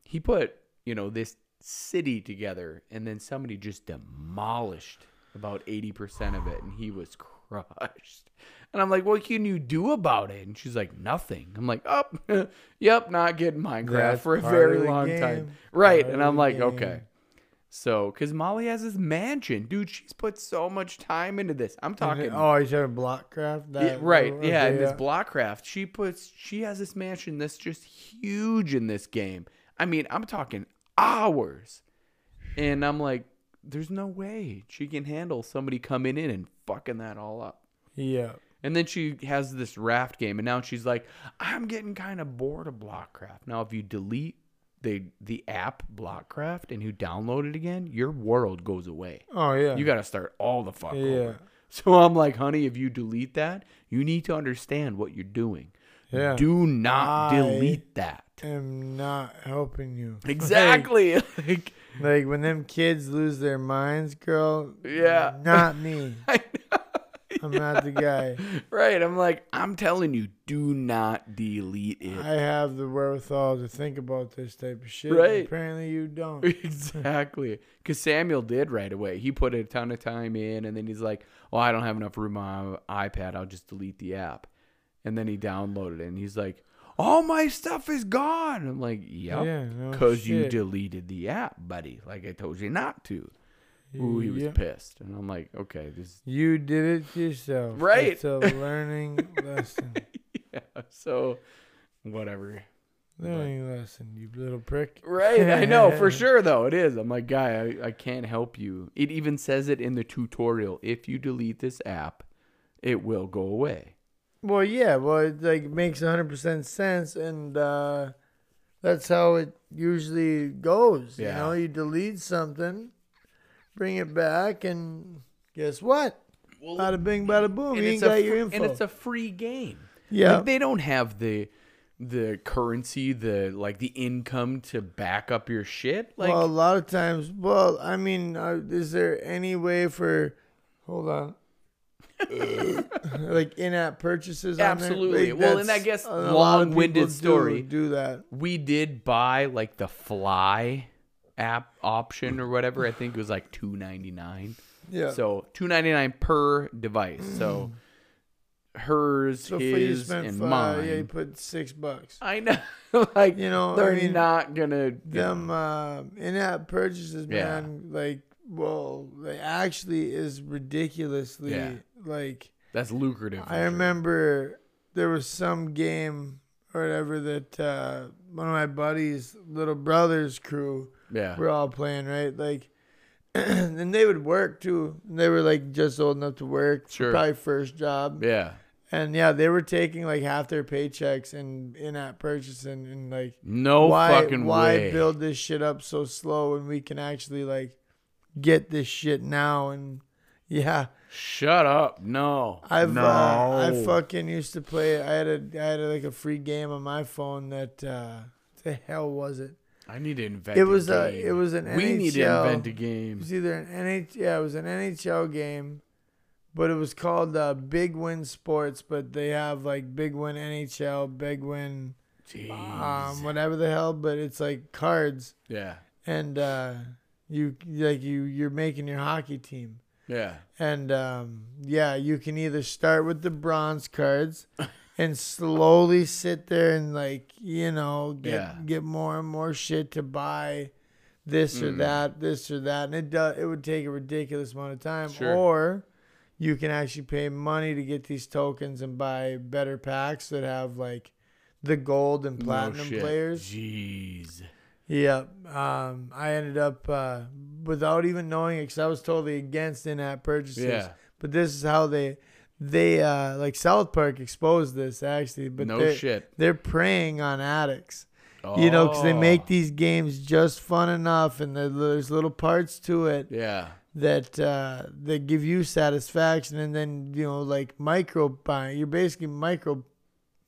he put you know this city together, and then somebody just demolished about eighty percent of it, and he was crushed. And I'm like, what can you do about it? And she's like, nothing. I'm like, oh, yep, not getting Minecraft That's for a part very of the long game. time, right? Part and of I'm the like, game. okay. So, because Molly has this mansion, dude, she's put so much time into this. I'm talking, Oh, you said block craft? yeah, That, right? okay, Yeah, and this block craft, she puts, she has this mansion that's just huge in this game. I mean, I'm talking hours, and I'm like, there's no way she can handle somebody coming in and fucking that all up. yeah. And then she has this raft game, and now she's like, I'm getting kind of bored of Blockcraft. Now, if you delete the the app Blockcraft and you download it again, your world goes away. Oh yeah. You got to start all the fuck yeah. over. So I'm like, honey, if you delete that, you need to understand what you're doing. Yeah. Do not I- delete that. I'm not helping you. Exactly. like, Like, like when them kids lose their minds, girl. Yeah. Not me. I know. I'm not the guy. Right. I'm like, I'm telling you, do not delete it. I have the wherewithal to think about this type of shit. Right. Apparently you don't. Exactly. Because Samuel did right away. He put a ton of time in, and then he's like, "Well, I don't have enough room on my iPad. I'll just delete the app." And then he downloaded it, and he's like, "All my stuff is gone." I'm like, "Yep, Yeah. no because you shit. deleted the app, buddy. Like I told you not to." Ooh, he was Yeah. pissed, and I'm like, "Okay, this." You did it yourself. Right. It's a learning lesson. Yeah, so, whatever. Learning lesson, you little prick. Right, I know for sure though it is. I'm like, guy, I, I can't help you. It even says it in the tutorial. If you delete this app, it will go away. Well, yeah. Well, it like makes 100% sense, and uh, that's how it usually goes. Yeah. You know, you delete something, bring it back, and guess what? Bada bing, bada boom. Oh, You ain't a got your fr- info. and it's a free game. yeah. Like, they don't have the the currency, the like the income to back up your shit. Like well, a lot of times. Well, I mean, uh, is there any way for? Hold on. like in-app purchases. on there? Absolutely. Like, Well, and that's- I guess a lot of people long-winded do- story. Do that. we did buy like the fly app option or whatever. I think it was like two ninety nine. Yeah. So two ninety nine per device. So hers, Mm. So if you his, spent and five, mine. yeah, you put six bucks. I know, like You know, I they're mean, not gonna. Them uh, in-app purchases, Yeah. man. Like well, they actually is ridiculously Yeah. like. That's lucrative. for I sure. remember there was some game or whatever that uh, one of my buddies' little brother's crew Yeah. were all playing, right? Like, and they would work too. They were like just old enough to work, Sure. probably first job. Yeah. And yeah, they were taking like half their paychecks and in app purchasing and like, No why, fucking why way. build this shit up so slow when we can actually like get this shit now? And yeah. Shut up. No. I've no. uh, I fucking used to play. I had a I had like a free game on my phone that uh, the hell was it? I need to invent. It was a. a game. it was an we NHL. need to invent a It game. was either an NH yeah it was an NHL game, but it was called uh, Big Win Sports. But they have like Big Win NHL, Big Win Jeez. um, whatever the hell. But it's like cards yeah. and uh, you like you you're making your hockey team. Yeah. And um, yeah, you can either start with the bronze cards and slowly sit there and like, you know, get Yeah. get more and more shit to buy this Mm. or that, this or that. And it does it would take a ridiculous amount of time. Sure. Or you can actually pay money to get these tokens and buy better packs that have like the gold and no platinum shit. players. Jeez. Yeah, um, I ended up uh, without even knowing it because I was totally against in-app purchases. Yeah. But this is how they they uh, like South Park exposed this actually. But No they're, shit. They're preying on addicts, you know, because they Oh. make these games just fun enough, and there- there's little parts to it Yeah. that uh, that give you satisfaction, and then you know, like micro buying. You're basically micro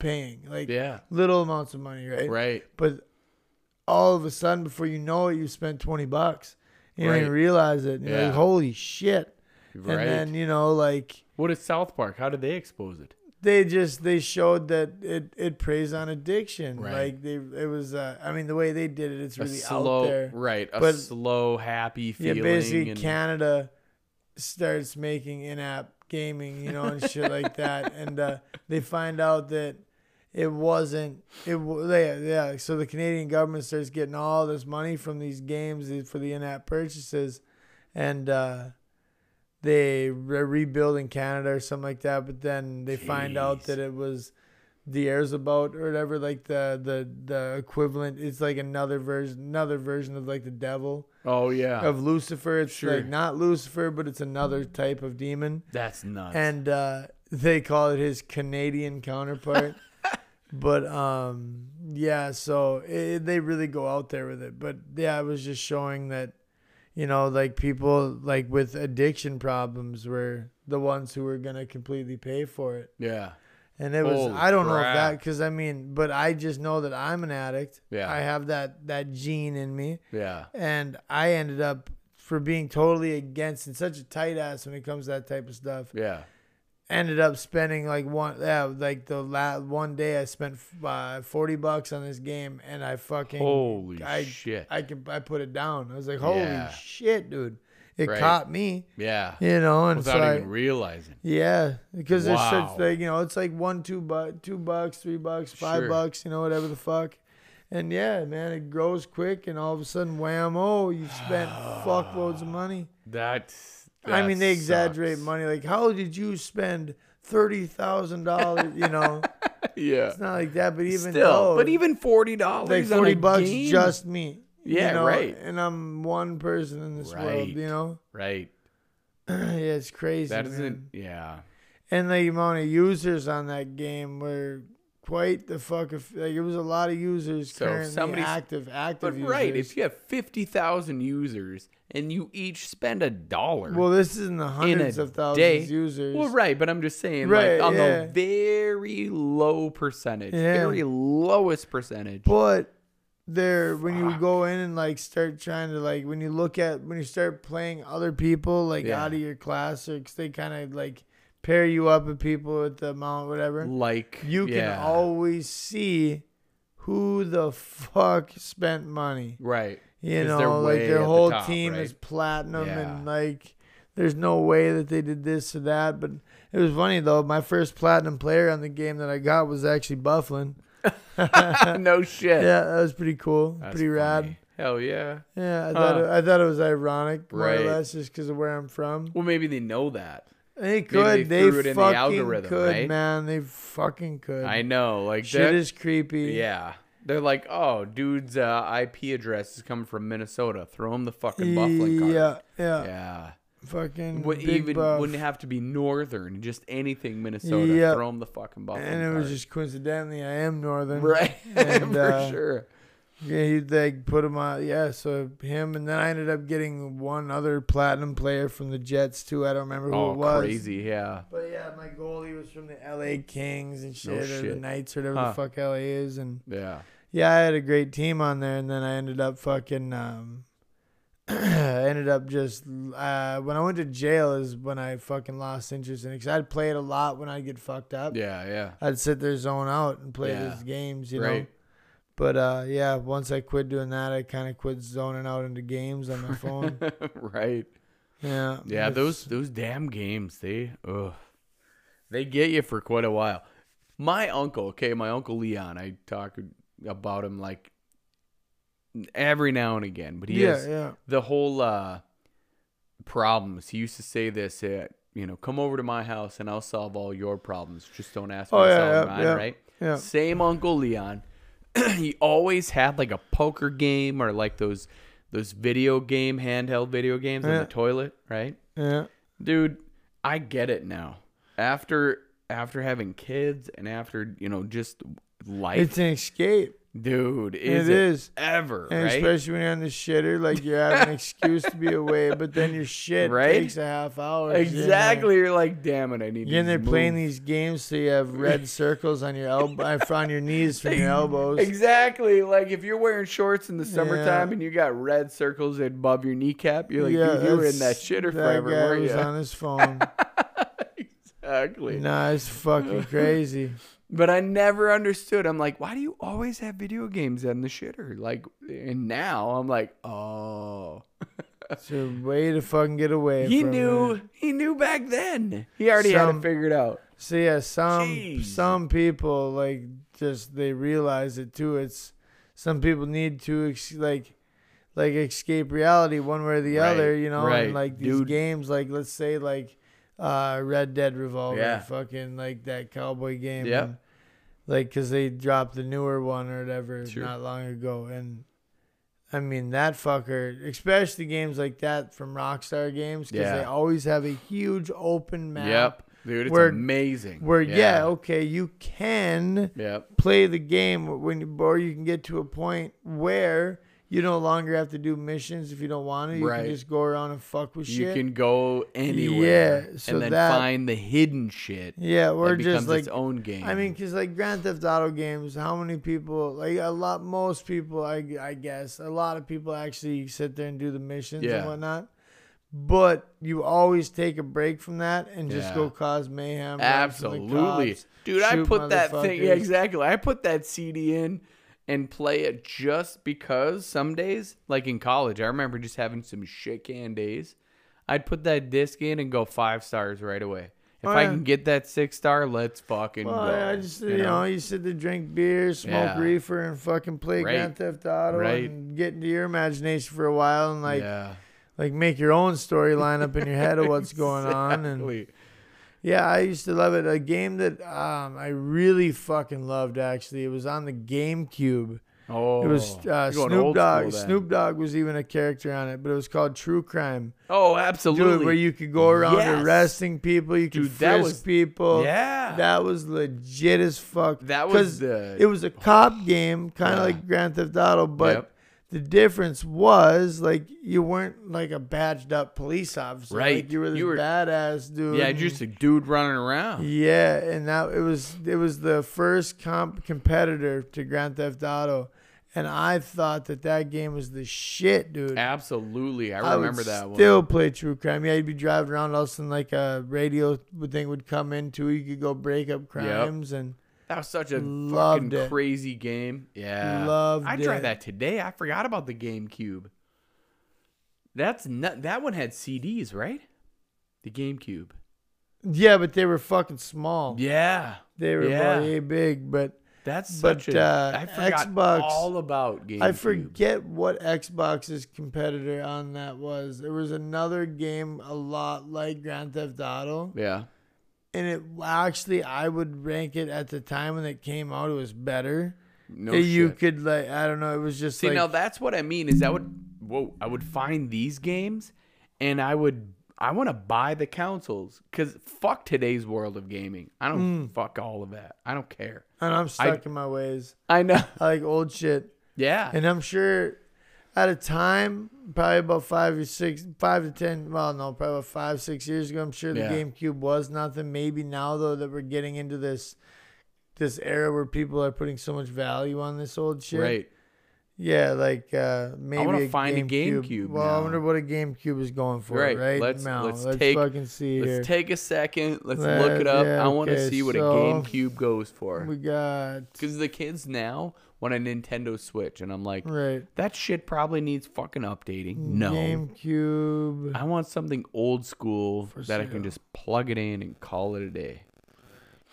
paying, like Yeah. little amounts of money, right? Right. but all of a sudden before you know it you spent 20 bucks you don't Right. even realize it and you're Yeah. like holy shit Right. and then you know like what is South Park? How did they expose it? they just they showed that it it preys on addiction Right. like they it was uh, i mean the way they did it it's A really out slow, there right? A But- slow, happy yeah feeling. basically and, canada starts making in-app gaming you know and shit like that and uh, they find out that it wasn't it wa- yeah, yeah so the canadian government starts getting all this money from these games for the in-app purchases and uh they re- rebuilding canada or something like that but then they find out Jeez. that it was the airs about or whatever like the the the equivalent it's like another version another version of like the devil oh yeah. of lucifer it's Sure. like not lucifer but it's another type of demon That's nuts. and uh, they call it his Canadian counterpart. but um, yeah, so it, they really go out there with it. But yeah, I was just showing that, you know, like people like with addiction problems were the ones who were gonna completely pay for it. yeah. And it was Holy I don't know if that crap. because I mean, but I just know that I'm an addict. Yeah. I have that that gene in me Yeah. and I ended up for being totally against and such a tight ass when it comes to that type of stuff. Yeah. Ended up spending like one, yeah, like the last one day I spent uh, forty bucks on this game, and I fucking Holy I, shit. I can I put it down. I was like, holy Yeah. shit, dude, it Right. caught me, yeah. you know, and Without so I- even realizing. yeah, because there's Wow. such like you know, it's like one, two bucks, two bucks, three bucks, five Sure. bucks, you know, whatever the fuck. And yeah, man, it grows quick, and all of a sudden, wham! Oh, you've spent fuck loads of money. That's. I mean, that they exaggerate sucks. money. Like, how did you spend thirty thousand dollars? You know, Yeah. it's not like that. But even Still, though, but even forty dollars, like forty bucks, just me. you Yeah, know, right. And I'm one person in this world. Right. You know, right. yeah, it's crazy. That man. isn't. Yeah. and the amount of users on that game were quite the fuck of, like it was a lot of users So if currently somebody's- active active But right, users. if you have fifty thousand users and you each spend a dollar, well this is in the in hundreds a of thousands day, of users Well, right, but I'm just saying, Right, like on yeah. the very low percentage, Yeah. very lowest percentage. but there when you go in and like start trying to like when you look at when you start playing other people like Yeah. out of your class or 'cause they kind of like pair you up with people with the amount whatever like you can yeah, always see who the fuck spent money right. You 'Cause they're know, way like their at the whole top, team is right? platinum, Yeah. and like there's no way that they did this or that. But it was funny though. My first platinum player on the game that I got was actually Bufflin. no shit. Yeah, that was pretty cool, That's pretty rad. funny. Hell yeah. Yeah, I thought, Huh. it, I thought it was ironic, more Right. or less, just because of where I'm from. Well, maybe they know that. They could. they They, threw it in the fucking algorithm, could, right? man. They fucking could. I know. Like Shit that. is creepy. yeah. They're like, oh, dude's uh, IP address is coming from Minnesota. Throw him the fucking buffling card. Yeah, yeah, Yeah. Fucking Would big even buff. wouldn't have to be northern, just anything Minnesota. Yep. Throw him the fucking buffalo. and it was just coincidentally, I am northern. right and, for uh, sure. Yeah, he like put him on. Yeah, so him, and then I ended up getting one other platinum player from the Jets too. I don't remember who Oh, it was. crazy! Yeah, But yeah, my goalie was from the L.A. Kings and shit, No or the shit. Knights, or whatever Huh. the fuck L.A. is, and yeah. yeah, I had a great team on there, and then I ended up fucking. Um, I ended up just uh, when I went to jail is when I fucking lost interest in it because I'd play it a lot when I'd get fucked up. Yeah, yeah. I'd sit there zone out and play Yeah. these games, you know. Right. But uh, yeah, once I quit doing that, I kind of quit zoning out into games on my phone. right. yeah, Yeah, it's- those those damn games, they ugh. They get you for quite a while. My uncle, okay, my uncle Leon, I talk about him like every now and again, but he yeah, has yeah, the whole uh problems. He used to say this, uh, you know, come over to my house and I'll solve all your problems. Just don't ask me Oh, to yeah, solve yeah, mine, yeah. right? yeah. Same Uncle Leon. he always had like a poker game or like those those video game handheld video games in Yeah. the toilet, right? yeah. Dude, I get it now. After after having kids and after, you know, just life, It's an escape. dude, is it it, is. ever, And right? especially when you're on the shitter, like you have an excuse to be away, but then your shit Right? takes a half hour. Exactly. You're like, damn it, I need You're in to there move." playing these games, so you have red circles on your elbow, on your knees from your elbows. Exactly. Like if you're wearing shorts in the summertime and you got red circles above your kneecap, you're like, dude, you were in that that's- shitter that forever, guy weren't was you? on his phone. exactly. nah, it's fucking crazy. But I never understood. I'm like, why do you always have video games on the shitter? Like, and now I'm like, oh, It's a way to fucking get away. he from knew. It. He knew back then. He already had Some- it figured out. So yeah, some Jeez. some people like just they realize it too. It's some people need to ex- like like escape reality one way or the Right, other, you know. right, And like these dude. games, like let's say like uh Red Dead Revolver, Yeah. fucking like that cowboy game. Yeah. and, Like, cause they dropped the newer one or whatever Sure. not long ago, and I mean that fucker, especially games like that from Rockstar Games, because Yeah. they always have a huge open map Yep, dude, it's Where- amazing. where yeah. oh, okay, you can yep, play the game when you, or you can get to a point where you no longer have to do missions if you don't want to. You Right. can just go around and fuck with you shit. can go anywhere. Yeah, so and then that- find the hidden shit. yeah, or that becomes just like its own game. I mean, because like Grand Theft Auto games, how many people like a lot? Most people, I I guess, a lot of people actually sit there and do the missions Yeah. and whatnot. But you always take a break from that and just Yeah. go cause mayhem. run from the Absolutely. cops, Dude, I shoot put that thing yeah, motherfuckers. exactly. I put that CD in and play it just because some days, like in college, I remember just having some shit can days. I'd put that disc in and go five stars right away. If Oh, I yeah. can get that six star, let's fucking Well, go. yeah, I just you know, you sit there, drink beer, smoke Yeah. reefer, and fucking play Right. Grand Theft Auto, Right. and get into your imagination for a while, and like yeah, like make your own storyline up in your head of what's going on. And Exactly. yeah, I used to love it. A game that um, I really fucking loved actually. It was on the GameCube. oh, It was you're going uh, old Snoop school Dogg. then. Snoop Dogg was even a character on it, but it was called True Crime. Oh, Dude, absolutely. where you could go around Yes. arresting people, you could Dude, frisk that was- people. yeah, That was legit as fuck. That 'Cause was the- It was a cop game, kind of Yeah. like Grand Theft Auto, but Yep. the difference was like you weren't like a badged up police officer. Like, Right. you were this You were- badass dude. yeah, and- just a dude running around. yeah, and that it was it was the first comp competitor to Grand Theft Auto, and I thought that that game was the shit, dude. Absolutely, I I would remember that one. Still play true crime. Yeah, you'd be driving around, all of a sudden, like a radio thing would come in too. You could go break up crimes, and That was such a Loved fucking it. crazy game. Yeah. Loved I tried it. that today. I forgot about the GameCube. That's not that one had CDs, right? The GameCube. yeah, but they were fucking small. Yeah. They were Yeah. about a big, but That's But, such a. uh, I forgot Xbox- all about GameCube. I forget what Xbox's competitor on that was. There was another game a lot like Grand Theft Auto, Yeah. and it actually I would rank it at the time when it came out. It was better. No And you shit. could like I don't know. It was just See, like now that's what I mean is I would whoa, I would find these games and I would I want to buy the consoles cuz fuck today's world of gaming. I don't fuck all of that. I don't care. and I'm stuck in my ways. I know. I like old shit, Yeah. and I'm sure at a time probably about five or six, five to ten. Well, no, probably about five six years ago. I'm sure the Yeah. GameCube was nothing. Maybe now though that we're getting into this this era where people are putting so much value on this old shit. Right. Yeah, like uh, maybe wanna a find a GameCube. GameCube Well, I now. wonder what a GameCube is going for Right, right, let's- now. let's Let's, take- fucking see here. Let's take a second. Let's Let- look it up. yeah, I want to okay, see what a so- GameCube goes for. we got Cuz the kids now want a Nintendo Switch and I'm like right Mm, that shit probably needs fucking updating. No. GameCube. I want something old school that I can sale. just plug it in and call it a day.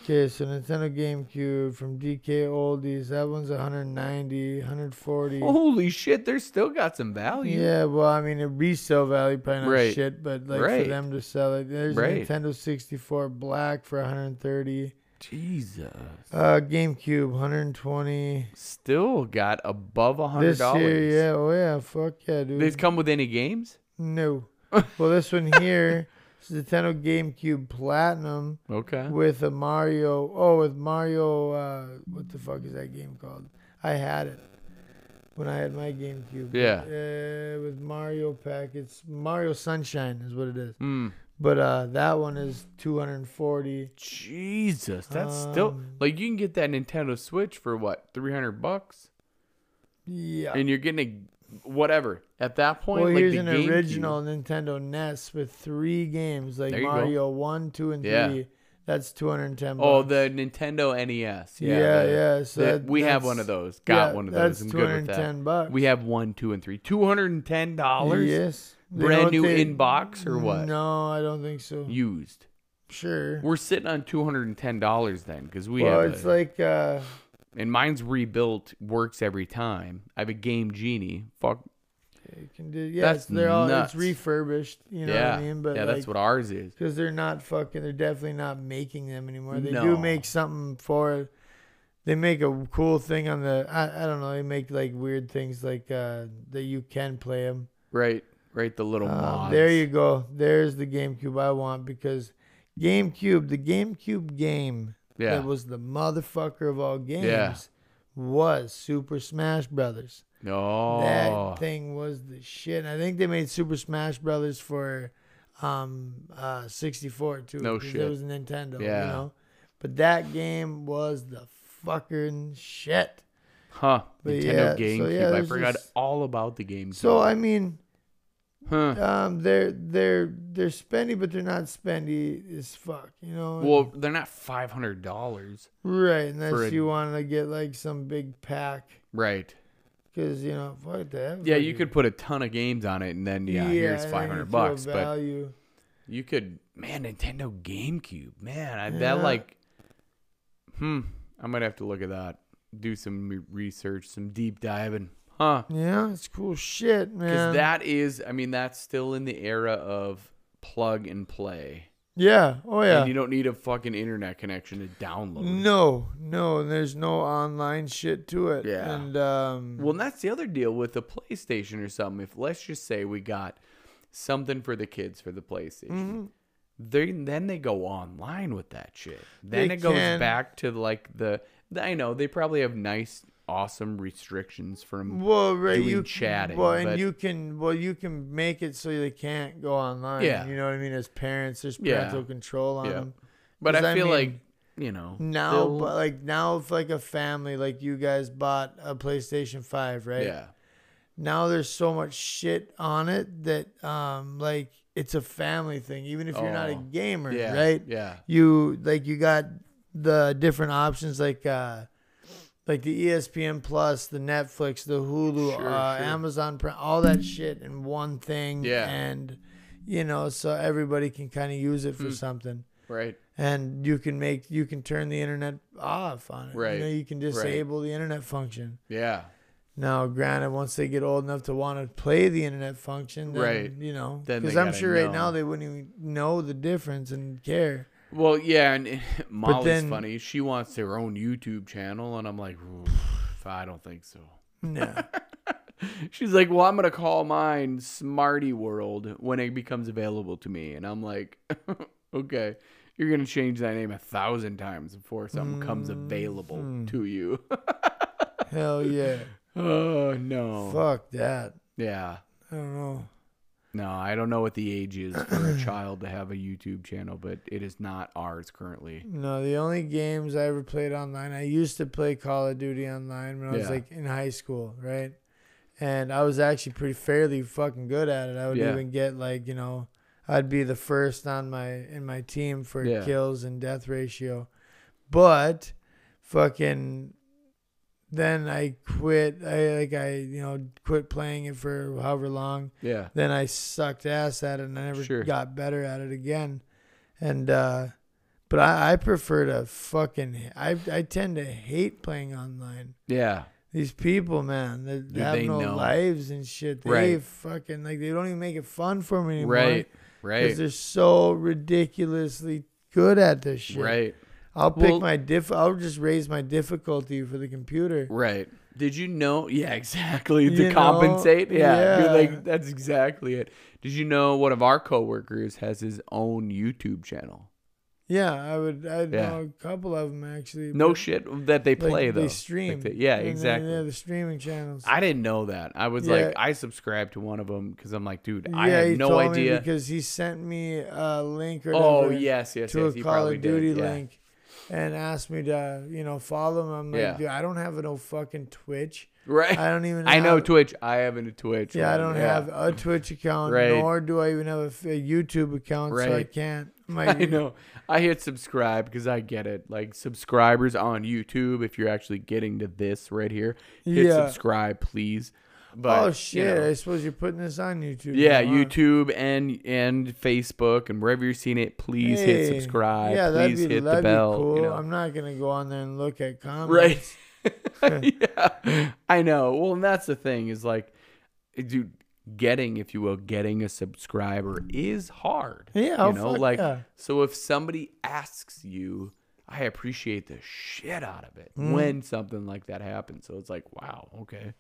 Okay, so Nintendo GameCube from DK Oldies. That one's 190, 140. Holy shit, they're still got some value. Yeah, well, I mean, a resale value probably not Right. shit, but like Right. for them to sell it, there's a Right. Nintendo 64 Black for 130. Jesus. Uh, GameCube 120. Still got above a hundred This dollars. year, yeah, oh yeah, fuck yeah, dude. They've come with any games? No. Well, this one here is Nintendo GameCube Platinum Okay. with a Mario. Oh, with Mario. Uh, what the fuck is that game called? I had it when I had my GameCube. Yeah. Uh, with Mario Pack, it's Mario Sunshine is what it is. Mm. But uh, that one is 240. Jesus, that's still Um, like you can get that Nintendo Switch for what three hundred bucks, Yeah. and you're getting a whatever at that point. well, like here's the an GameCube. original Nintendo NES with three games like There you go. Mario One, Two, and Yeah. Three. That's 210. Oh, bucks. the Nintendo NES. Yeah, Yeah, the- yeah, so the- that- we have that's- one of those. Got yeah, one of that's those. I'm good with that. 210 bucks. We have one, two, and three. Two hundred and ten dollars. Yes. You know Brand what new they- inbox or what? mm, No, I don't think so. Used. sure. We're sitting on two hundred and ten dollars then, because we well, have. it's a- like uh, and mine's rebuilt, works every time. I have a Game Genie. Fuck. it can do, yeah, That's it's, they're all nuts. it's refurbished. You know yeah. what I mean? But yeah, like, that's what ours is. because they're not fucking. They're definitely not making them anymore. They No. do make something for. it. They make a cool thing on the. I, I don't know. They make like weird things like uh, that you can play them. Right, right. The little Um, mods. there you go. There's the GameCube I want because GameCube, the GameCube game Yeah. that was the motherfucker of all games, Yeah. was Super Smash Brothers. No. That thing was the shit. I think they made Super Smash Brothers for um uh 64 too. No 'cause It shit. was Nintendo, Yeah. you know. But that game was the fucking shit. huh. But Nintendo yeah, so GameCube. yeah, I there's forgot just- all about the GameCube. So I mean, huh. um, they're they're they're spendy, but they're not spendy as fuck, you know. Well, they're not five hundred dollars. right, for a- unless you wanted to get like some big pack, Right. because you know, fuck that. Yeah, you fucking- could put a ton of games on it, and then yeah, here's and then you five hundred throw bucks. But value. You could, man, Nintendo GameCube, man, I, Yeah. that like, hmm, I might have to look at that, do some re- research, some deep diving, huh? yeah, it's cool shit, Because man. that is, I mean, that's still in the era of plug and play, yeah, oh yeah. Mm. and you don't need a fucking internet connection to download. No, no, and there's no online shit to it. Yeah. and um, Well, and that's the other deal with the PlayStation or something. If let's just say we got something for the kids for the PlayStation. Mm-hmm. They, then they go online with that shit. Then They it goes can. back to like the I know they probably have nice, awesome restrictions from well, right, doing you chatting, Well, and but- you can, well, you can make it so they can't go online. Yeah. you know what I mean. As parents, there's Yeah. parental control on Yeah. them. But I 'Cause I feel mean, like you know Now, still- but like now, if like a family, like you guys bought a PlayStation Five, right? yeah, Now there's so much shit on it that, um, like it's a family thing. Even if you're not a Oh, gamer, yeah, right? Yeah, you like you got the different options like uh like the E ESPN Plus, the Netflix, the Hulu, Sure, uh, sure. Amazon Prime, all that shit in one thing. Yeah. Hmm. And you know, so everybody can kind of use it for something. Right. and you can make you can turn the internet off on it. Right. You, know, you can disable the internet function. Yeah. Now, granted, once they get old enough to want to play the internet function, then, Right. You know, Then they because I'm gotta sure right know. now they wouldn't even know the difference and care. Well, yeah, and eh, Molly's then- funny. She wants their own YouTube channel, and I'm like, "Ooh, I don't think so. No, She's like, well, I'm gonna call mine Smarty World when it becomes available to me, and I'm like, okay, you're gonna change that name a thousand times before something comes available to you. hell yeah, oh no, fuck that. yeah, I don't know. no, I don't know what the age is for a child to have a YouTube channel, but it is not ours currently. No, the only games I ever played online, I used to play Call of Duty online when I was Yeah. like in high school, right? And I was actually pretty fairly fucking good at it. I would Yeah. even get like, you know, I'd be the first on my in my team for Yeah. kills and death ratio. But fucking then I quit. I like I, you know, quit playing it for however long Yeah, then I sucked ass at it and I never Sure. got better at it again. And uh but I, I prefer to fucking I I tend to hate playing online. yeah, These people, man, they, they have they no know. lives and shit. They Right. fucking like they don't even make it fun for me anymore. right, Because right, they're so ridiculously good at this shit. right. I'll pick Well- my diff I'll just raise my difficulty for the computer. Right. Did you know? Yeah, exactly. You to know? compensate. Yeah. You're Yeah. like, that's exactly it. Did you know one of our coworkers has his own YouTube channel? Yeah, I would I Yeah. know a couple of them actually. No but- shit that they play like, though. They Like stream. they- yeah, And they- exactly. They have the streaming channels. I didn't know that. I was Yeah. like, I subscribed to one of them because I'm like, dude, yeah, I he had no told me idea. because he sent me a link or Oh whatever yes, yes, to yes. a You Call probably of Duty did. yeah. link, and asked me to you know follow him. I'm like, Yeah. dude, I don't have no fucking Twitch. Right. I don't even. I know have- Twitch. I haven't a Twitch. Yeah, I one. don't have a Twitch account, Right. nor do I even have a, f- a YouTube account, so I Right. can't. "Oh, I know. I hit subscribe because I get it. Like subscribers on YouTube, if you're actually getting to this right here, hit Yeah. subscribe, please. But Oh you shit! know, I suppose you're putting this on YouTube. yeah, now, huh? YouTube and and Facebook and wherever you're seeing it, please hit Hey, subscribe. Yeah, that'd please be, hit the that'd bell. Be cool. you know. I'm not gonna go on there and look at comments. Right. yeah, I know. Well, and that's the thing is like, dude, getting, if you will, getting a subscriber is hard. Yeah, oh, you know, fuck like yeah. so if somebody asks you, I appreciate the shit out of it Mm. when something like that happens. So it's like, wow, okay.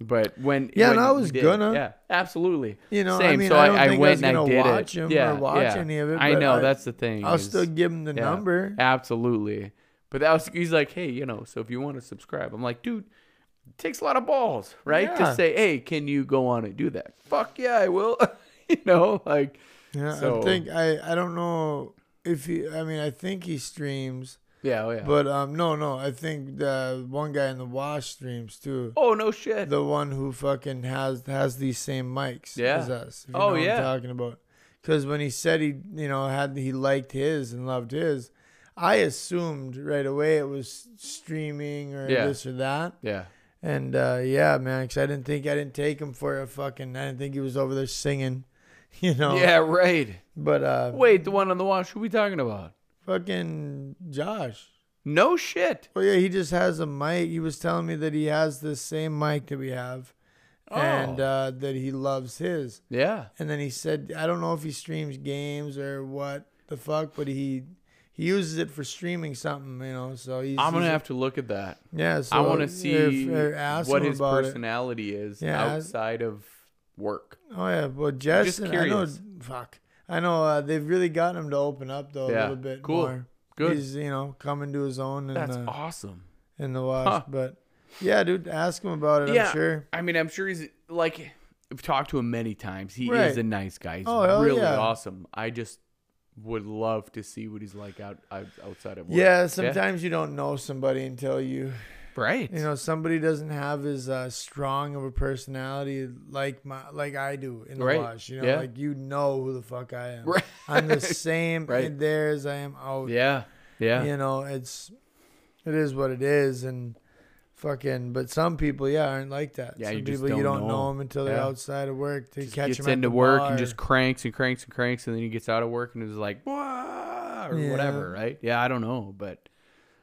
But when Yeah, when and I you was did- gonna. yeah, absolutely. You know, I same. mean, so I I, don't I think I went was and I gonna did watch it. 'em or yeah, watch yeah. any of it, I but know I- that's the thing. I'll is- still give him the yeah, number. Absolutely. But that was he's like, hey, you know, so if you want to subscribe, I'm like, dude, it takes a lot of balls, right? Yeah. To say, hey, can you go on and do that? Fuck yeah, I will. you know, like, Yeah, I So- think I I don't know if he. I mean, I think he streams, yeah, oh, yeah. but um, no, no, I think the one guy in the wash streams too. oh no shit. The one who fucking has has these same mics Yeah. as us. if you Oh, know what I'm yeah. talking about because when he said he you know had he liked his and loved his, I assumed right away it was streaming or Yeah. this or that. yeah. And uh, yeah, man, 'cause I didn't think I didn't take him for a fucking. I didn't think he was over there singing, you know. Yeah, right. But uh, Wait, the one on the wash, who we talking about? fucking Josh. No shit. Well, yeah, he just has a mic. He was telling me that he has the same mic that we have, and Oh. uh, that he loves his. Yeah. And then he said, I don't know if he streams games or what the fuck, but he he uses it for streaming something, you know. So he's I'm gonna he's- have to look at that. Yeah, so I want to if- see or ask what him his about it. personality is Yeah, ask- outside of work. Oh yeah, well, Jess. Just and I know. curious. Fuck. I know uh, they've really gotten him to open up though Yeah, a little bit cool, more. good. He's you know coming to his own uh, in That's the awesome. in the wash, Huh. but yeah, dude, ask him about it. yeah, I'm sure. I mean, I'm sure he's like I've talked to him many times. He Right. is a nice guy. He's Oh, hell really yeah. awesome. I just would love to see what he's like out, out outside of work. Yeah, sometimes you don't know somebody until you right. you know somebody doesn't have as uh, strong of a personality like my like I do in the Right. wash. You know, Yeah. like you know who the fuck I am. Right. I'm the same Right. in there as I am out. yeah, yeah, you know it's it is what it is and fucking but some people yeah aren't like that Yeah, some you just people you don't don't know. know them until they're Yeah. outside of work they catch Gets them at into the work bar. and just cranks and cranks and cranks, and then he gets out of work and is like, "Wah," or Yeah. whatever, right? Yeah, I don't know, but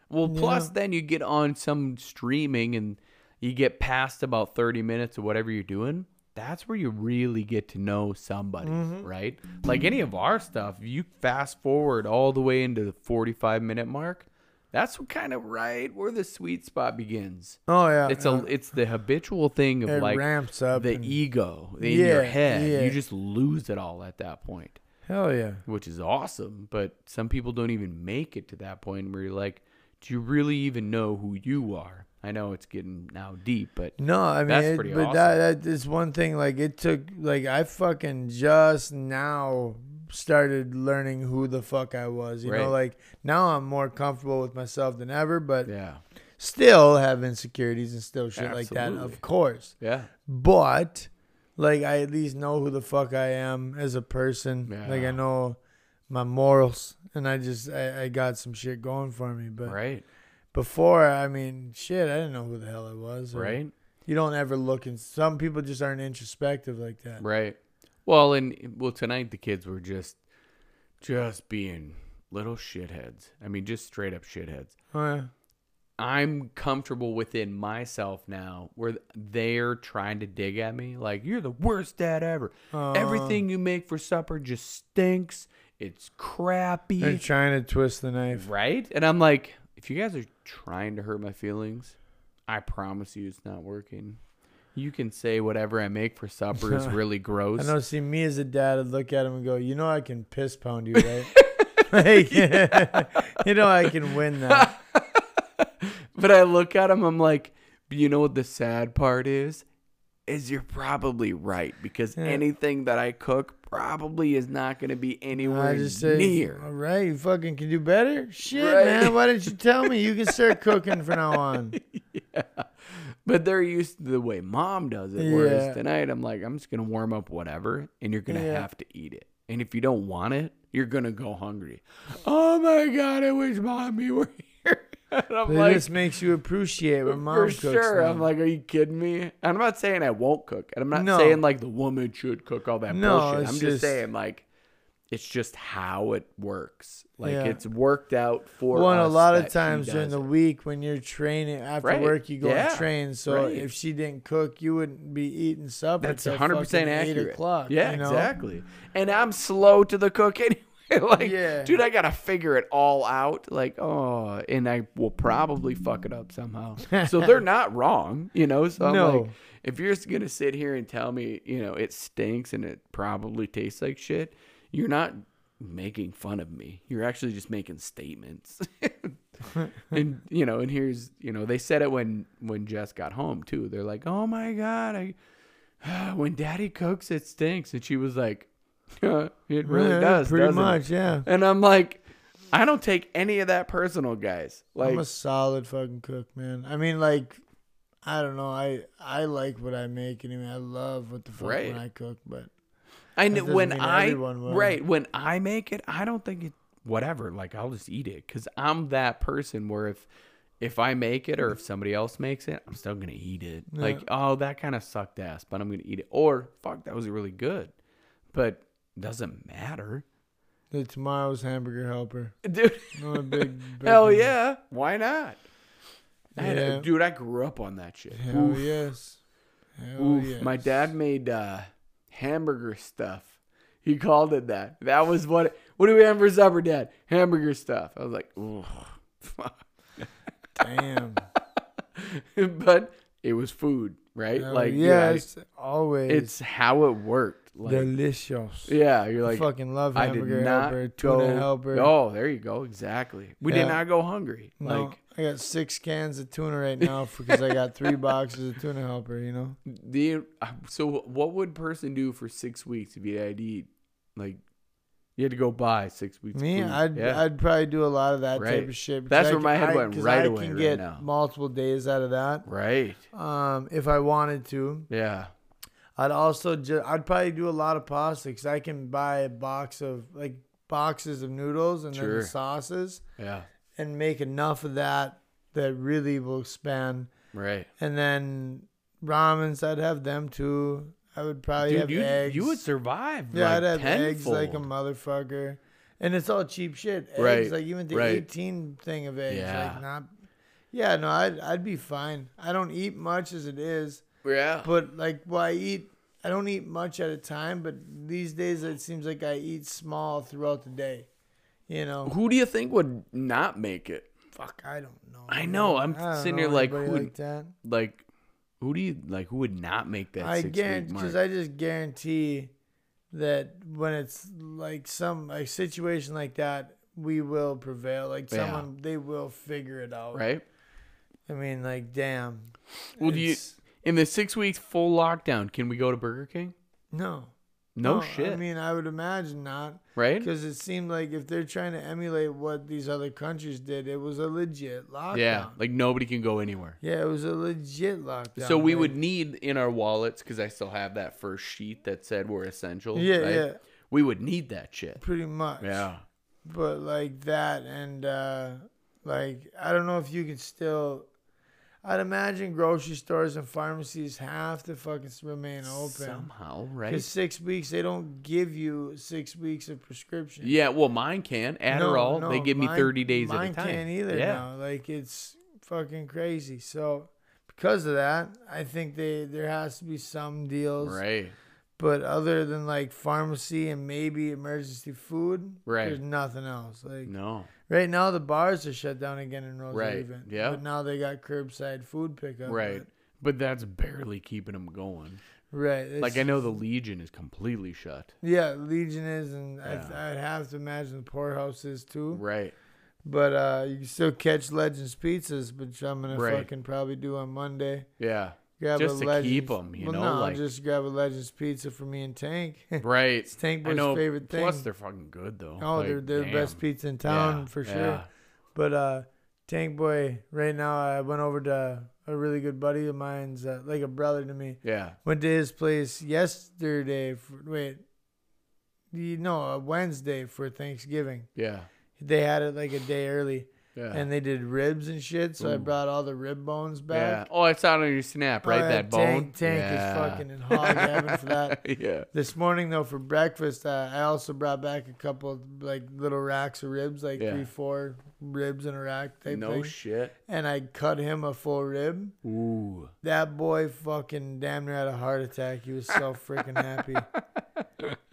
well, plus then you get on some streaming and you get past about 30 minutes of whatever you're doing. That's where you really get to know somebody, Mm-hmm. right? Like any of our stuff, if you fast forward all the way into the 45 minute mark, that's what kind of right where the sweet spot begins. Oh yeah, It's a it's the habitual thing of it like ramps up. the and- ego in your Yeah, head. yeah. You just lose it all at that point, hell yeah. which is awesome. But some people don't even make it to that point where you're like, do you really even know who you are? I know it's getting now deep, but No, I mean, That's it, pretty but awesome. that, that is one thing. Like it took, like I fucking just now started learning who the fuck I was. You Right. know, like now I'm more comfortable with myself than ever, but yeah, still have insecurities and still shit like that. Absolutely. Of course, yeah, but like I at least know who the fuck I am as a person. Yeah. Like I know my morals, and I just I, I got some shit going for me. But right, before, I mean, shit, I didn't know who the hell I was. or- right, you don't ever look and some people just aren't introspective like that. right. Well, and well, tonight the kids were just, just being little shitheads. I mean, just straight up shitheads. Uh, I'm comfortable within myself now where they're trying to dig at me like you're the worst dad ever. Everything you make for supper just stinks. It's they're crappy, trying to twist the knife. right? And I'm like, if you guys are trying to hurt my feelings, I promise you it's not working. You can say whatever I make for supper is really I gross. know. See, me as a dad, I'd look at him and go, "You know, I can piss pound you, right? like, you know, I can win that. But I look at him, I'm like, but you know what the sad part is? Is you're probably right because anything that I cook probably is not going to be anywhere I just say, near. all right, you fucking can do better. Shit, Right. man, why didn't you tell me? You can start cooking from now on. um, But they're used to the way mom does it. Whereas Yeah. tonight, I'm like, I'm just going to warm up whatever and you're going to Yeah. have to eat it. And if you don't want it, you're going to go hungry. Oh my God, I wish mommy were here. and I'm But like, this makes you appreciate what mom for cooks. sure. now. I'm like, are you kidding me? I'm not saying I won't cook, and I'm not No. saying like the woman should cook all that No, bullshit. it's I'm just, just- saying like, it's just how it works. Like Yeah. it's worked out for. Well, and a us lot that of she times during does the it. week when you're training after Right. work, you go Yeah. and train. So Right. if she didn't cook, you wouldn't be eating supper. that's till 100 percent fucking accurate. Eight o'clock. yeah, you know? exactly. And I'm slow to the cook anyway. like, Yeah. dude, I gotta figure it all out. Like, oh, and I will probably fuck it up somehow. so they're not wrong, you know. So I'm No. like, if you're just gonna sit here and tell me, you know, it stinks and it probably tastes like shit, you're not making fun of me. You're actually just making statements. and you know, and here's you know, they said it when when Jess got home too. They're like, oh my god, I when daddy cooks it stinks and she was like "Huh, it really Yeah, does Pretty doesn't it?" much, yeah. and i'm like i don't take any of that personal guys like I'm a solid fucking cook, man. I mean, like, I don't know. I I like what I make anyway. I love what the fuck Right. when I cook, but i kn- that doesn't when mean i everyone will. right when i make it i don't think it whatever like i'll just eat it because i'm that person where if if i make it or if somebody else makes it i'm still gonna eat it like oh that kind of sucked ass but i'm gonna eat it or fuck that was really good but doesn't matter the tomorrow's hamburger helper. dude I'm a big Hell bacon- yeah. Why not? I had a- Yeah. dude, I grew up on that shit. Hell Oof, yes. Hell oof. yes. My dad made uh, hamburger stuff. He called it that. That was what. What do we have for supper, Dad? Hamburger stuff. I was like, ooh, fuck. Damn. but it was food, right? Hell like, dude, I- yes, always. it's how it worked. Like, delicious. yeah, you're like, fucking love I did hamburger not helper, go. tuna helper. Oh, there you go. Exactly. We did Yeah. not go hungry. No, Like, I got six cans of tuna right now because I got three boxes of tuna helper. You know, The uh, so what would person do for six weeks if you had to eat like you had to go buy six weeks? me, of food? I'd yeah. I'd probably do a lot of that Right. type of shit. That's because I where my can- head I- went 'cause right I away can right get now. multiple days out of that, right. um, if I wanted to. Yeah. I'd also ju- I'd probably do a lot of pasta because I can buy a box of like boxes of noodles and then Sure. the sauces Yeah. and make enough of that that really will expand Right. And then ramens, I'd have them too. I would probably Dude, have you eggs. you would survive. yeah, like I'd have eggs tenfold. like a motherfucker. and it's all cheap shit. Eggs, Right, Like even the right. 18 thing of eggs. Yeah. Like not. Yeah, no, I'd, I'd be fine. I don't eat much as it is, Yeah. but like, well, I eat. I don't eat much at a time, but these days it seems like I eat small throughout the day. You know, Who do you think would not make it? fuck, I don't know. I know, I'm I don't sitting know here like, anybody who- like that. Like, who do you like? Who would not make that I six guarantee week mark? because I just uh, guarantee that when it's like some a situation like that, we will prevail. Like Yeah. someone, they will figure it out. right? I mean, like, damn. Well, do you It's- in the six weeks full lockdown? Can we go to Burger King? No. No, shit, I mean, I would imagine not, right? because it seemed like if they're trying to emulate what these other countries did, it was a legit lockdown. Yeah, like nobody can go anywhere. Yeah, it was a legit lockdown. So we like- would need in our wallets because I still have that first sheet that said we're essential. Yeah, right? yeah, We would need that shit. pretty much. Yeah. but like that and uh like i don't know if you could still i'd imagine grocery stores and pharmacies have to fucking remain open Somehow, because right? six weeks they don't give you six weeks of prescription Yeah. Well, mine can. No, Adderall, they no, give me mine- thirty days at a mine time. can't either Yeah. now like it's fucking crazy so because of that i think they there has to be some deals Right. but other than like pharmacy and maybe emergency food Right. there's nothing else like No. Right now, the bars are shut down again in Rose Right, Haven. yeah. But now they got curbside food pickup. Right. But that's barely keeping them going. but- right. it's- Like I know the Legion is completely shut. Yeah, Legion is, and Yeah. I, I'd have to imagine the poorhouse is too. Right. But uh, you can still catch Legends pizzas, which I'm gonna Right. fucking probably do on Monday. Yeah. Grab Just a to Legends, keep 'em, you well, know, no, I'll like- just grab a Legends pizza for me and Tank. Right. it's Tank I Boy's know. favorite thing. Plus, they're fucking good though. oh, Like, they're they're the best damn. pizza in Yeah, town for sure. yeah. But uh, Tank Boy, right now I went over to a really good buddy of mine's, uh, like a brother to me. Yeah. Went to his place yesterday. For, wait, you know, uh, Wednesday for Thanksgiving. Yeah. They had it like a day early, Yeah. and they did ribs and shit. So I Ooh. brought all the rib bones yeah. back. Oh, it's out on your snap, right? Oh, yeah, that bone. Tank, Tank is fucking in hog heaven for that. yeah. This morning though, for breakfast, uh, I also brought back a couple of, like little racks of ribs, like Yeah. three, four ribs in a rack type No thing. shit. and I cut him a full rib. Ooh. That boy fucking damn near had a heart attack. He was so freaking happy.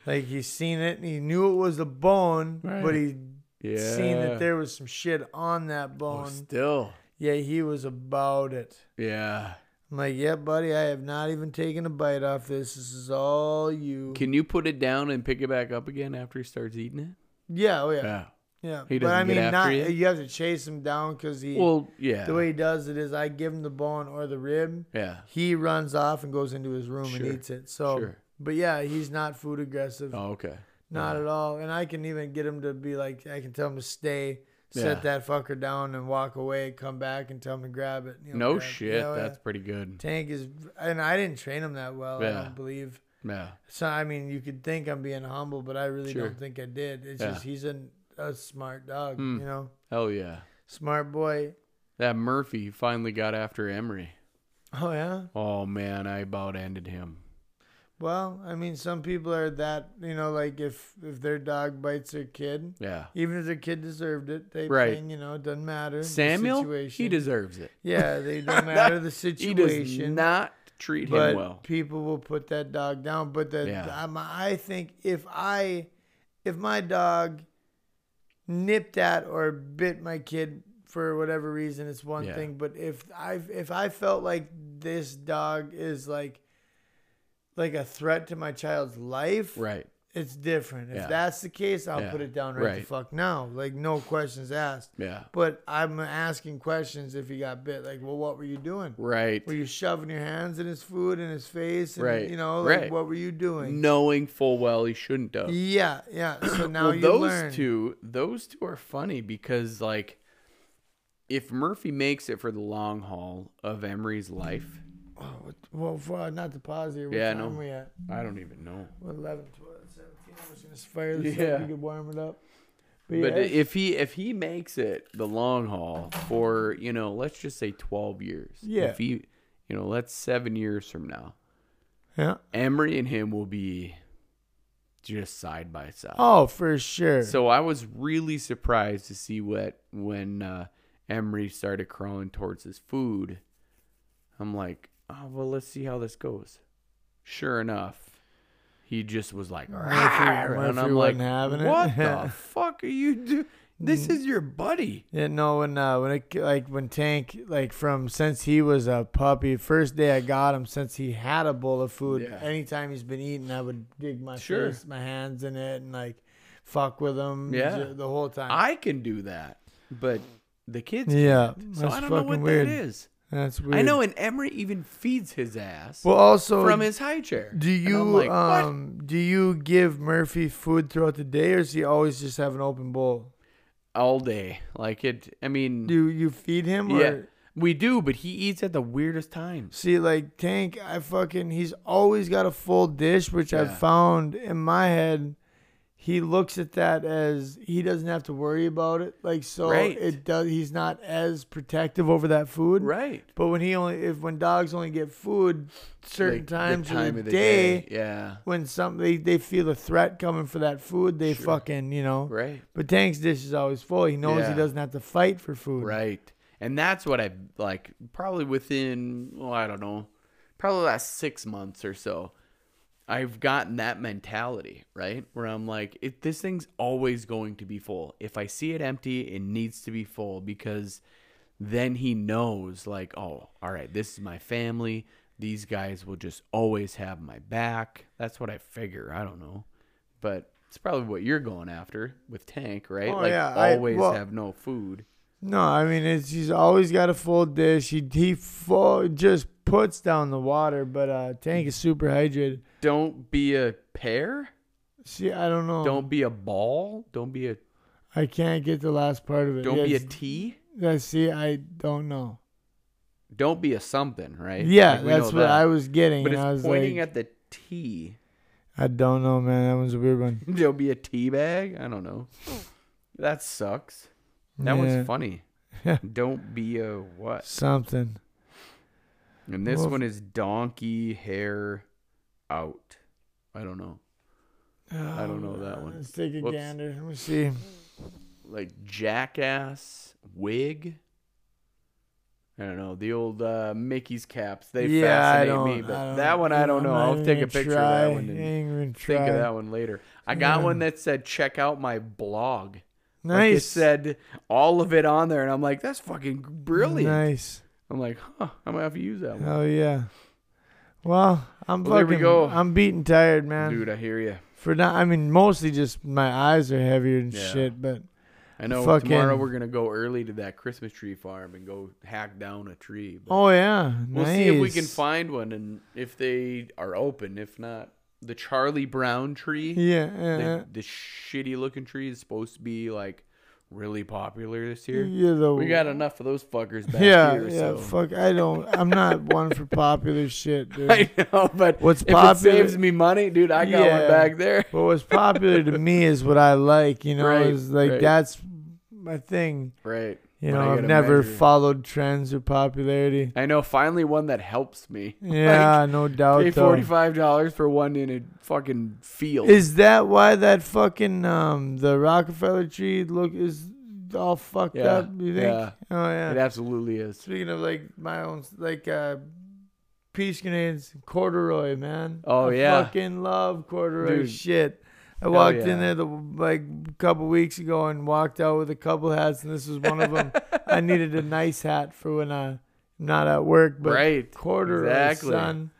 Like he seen it and he knew it was a bone, but Right. he Yeah. seen that there was some shit on that Oh, bone. still. yeah, he was about it. Yeah. I'm like, yeah, buddy, I have not even taken a bite off this. This is all you. Can you put it down and pick it back up again after he starts eating it? yeah, oh yeah. Yeah, He but I doesn't get mean, after not you? you? have to chase him down because he. Well, yeah. the way he does it is, I give him the bone or the rib. yeah. He runs off and goes into his room Sure. and eats it. So, Sure. but yeah, he's not food aggressive, Oh, okay. not at all. And I can even get him to be like, I can tell him to stay, Yeah. set that fucker down, and walk away. Come back and tell him to grab it. He'll No grab it. shit. Yeah, That's yeah. pretty good. Tank is, and I didn't train him that well. Yeah. I don't believe. Yeah. So I mean, you could think I'm being humble, but I really Sure. don't think I did. It's Yeah. just he's a, a smart dog, Hmm. you know. Hell yeah. Smart boy. That Murphy finally got after Emery. Oh yeah. Oh man, I about ended him. Well, I mean, some people are that you know, like if if their dog bites their kid, Yeah. even if their kid deserved it, they Right. thing, you know, it doesn't matter. the Samuel, he situation. deserves it. Yeah, they don't matter the He situation. does not treat but him well. people will put that dog down. But the, Yeah. I'm- I think if I, if my dog nipped at or bit my kid for whatever reason, it's one Yeah. thing. But if I if I felt like this dog is like like a threat to my child's life, Right. it's different. If Yeah. that's the case, I'll Yeah. put it down right, the Right. fuck now. Like no questions asked. Yeah. But I'm asking questions if he got bit. Like, well, what were you doing? Right. Were you shoving your hands in his food and his face? And, Right, You know, like right. what were you doing? Knowing full well he shouldn't have. Yeah, yeah. So now well, you those learn. two, those two are funny because like, if Murphy makes it for the long haul of Emery's life, Oh, what, well, for, not to pause here. What Yeah, I time know. we at? I don't even know. What, 11, 12, 17. I'm just gonna fire this Yeah. up. You could warm it up. But yeah, if he if he makes it the long haul for you know let's just say twelve years, Yeah. If he, you know, that's seven years from now, yeah, Emery and him will be just side by side. Oh, for sure. So I was really surprised to see what when uh, Emery started crawling towards his food. I'm like, oh well, let's see how this goes. Sure enough, he just was like, Murphy- "Rawr," and Murphy I'm like, wasn't having it. Mm. what the fuck are you doing? This is your buddy. Yeah, no, when uh, when it, like when Tank like from since he was a puppy, first day I got him, since he had a bowl of food, Yeah. anytime he's been eating, I would dig my Sure. face, my hands in it, and like fuck with him, Yeah. ju- the whole time. I can do that, but the kids. yeah, can't. so that's I don't know fucking what weird. that is. That's weird. I know, and Emery even feeds his ass Well, also from his high chair. Do And I'm you like, what? um do you give Murphy food throughout the day, or does he always just have an open bowl? all day? Like it. I mean, Do you feed him? Or, yeah, we do, but he eats at the weirdest times. See, like Tank, I fucking he's always got a full dish, which Yeah. I've found in my head. He looks at that as he doesn't have to worry about it. Like so, Right. it does. He's not as protective over that food. Right. But when he only if when dogs only get food certain Like, the times time of the, day, Yeah. when some they, they feel a threat coming for that food, they fucking you know. Right. But Tank's dish is always full. He knows Yeah. he doesn't have to fight for food. Right. And that's what I like probably within well, I don't know, probably last six months or so. I've gotten that mentality, right? Where I'm like, it, this thing's always going to be full. If I see it empty, it needs to be full because then he knows, like, oh, all right, this is my family. These guys will just always have my back. That's what I figure. I don't know. But it's probably what you're going after with Tank, right? Oh, like, yeah, I- always well- have no food. No, I mean it's he's always got a full dish. He he full just puts down the water, but uh Tank is super hydrated. don't be a pear. See, I don't know. Don't be a ball. Don't be a I can't get the last part of it. don't be a That's- T. that's- see, I don't know. Don't be a something, right? Yeah, Like, we that's know what that. I was getting. But and I it's was pointing like, at the T. I don't know, man. That one's a weird one. There'll be a tea bag. I don't know. That sucks. That Yeah. one's funny. Yeah. don't be a what? Something. And this Well, one is donkey hair out. I don't know. I don't know that one. Let's take a Whoops. gander. Let me see. Like jackass wig. I don't know the old uh, Mickey's caps. They I fascinate me, don't- but I don't- that one I I'm don't know. not I'll even take a gonna picture of that try. one and I ain't even think try. of that one later. I got Yeah. one that said check out my blog. Nice. Like, it said all of it on there, and I'm like, that's fucking brilliant. Nice. I'm like, huh, I'm gonna have to use that one, Oh yeah. Well, I'm Well, there fucking. we go. I'm beating tired, man. dude. I hear you. For now, I mean, mostly just my eyes are heavier and Yeah. shit. But I know Fucking- tomorrow we're gonna go early to that Christmas tree farm and go hack down a tree. but oh yeah, we'll see if we can nice. find one and if they are open. If not, the Charlie Brown tree. Yeah, the, uh, the shitty looking tree is supposed to be like really popular this uh, year. yeah, the, We got enough of those fuckers back yeah, here. yeah. so. Fuck, I don't. I'm not one for popular shit, dude. I know, but What's if popular- it saves me money, dude, I got Yeah. one back there. But what's popular to me is what I like. You know, Right, is like right. that's my thing. Right. You But I know, I've gotta never measure. followed trends or popularity. I know. Finally, one that helps me. Yeah, no doubt. Pay though. forty five dollars for one in a fucking field. Is that why that fucking um the Rockefeller tree look is all fucked Yeah, up? You think? yeah. Oh yeah. it absolutely is. Speaking of like my own like uh peach grenades, corduroy man. Oh, I yeah. Fucking love corduroy Dude. shit. I Hell walked yeah. in there the, like a couple weeks ago and walked out with a couple hats, and this was one of them. I needed a nice hat for when I'm not at work, but Right. corduroy, Exactly. son.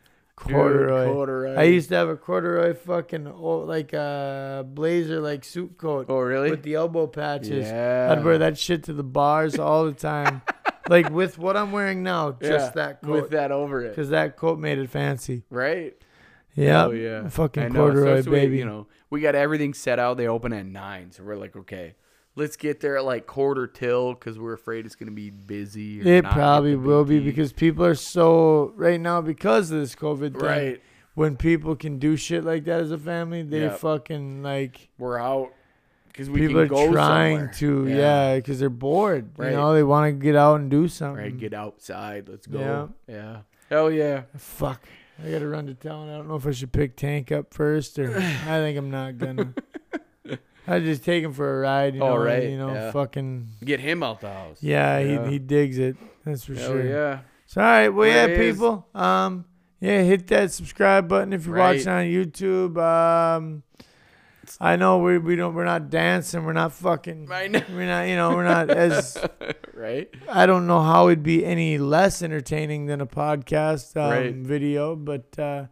Dude, Corduroy. corduroy. I used to have a corduroy fucking old, like uh, blazer like suit coat Oh really? with the elbow patches. Yeah. I'd wear that shit to the bars all the time. like with what I'm wearing now, just Yeah, that with coat. that over it. Because that coat made it fancy. Right. Yeah. Oh yeah, I Fucking know, so corduroy, sweet, baby. You know, we got everything set out. They open at nine, so we're like, okay, let's get there at like quarter till because we're afraid it's gonna be busy. or it not get probably the will be BT. because people are so right now because of this COVID thing. right, When people can do shit like that as a family, they Yeah. fucking like we're out because we people can go are trying somewhere. to, yeah, because they're bored. Right. You know, they want to get out and do something. right, get outside. Let's Yeah. go. Yeah, hell yeah. Fuck. I got to run to town. I don't know if I should pick Tank up first, or I think I'm not gonna. I just take him for a ride. You know, All and, right, You know, yeah. fucking. Get him out the house. Yeah, Yeah. he he digs it. That's for Hell sure. yeah. So all right, well yeah, Praise- people. Um, yeah, hit that subscribe button if you're Right. watching on YouTube. Um, I know we we don't we're not dancing, we're not fucking, I know. we're not you know we're not as Right? I don't know how it'd be any less entertaining than a podcast um, Right. video, but uh,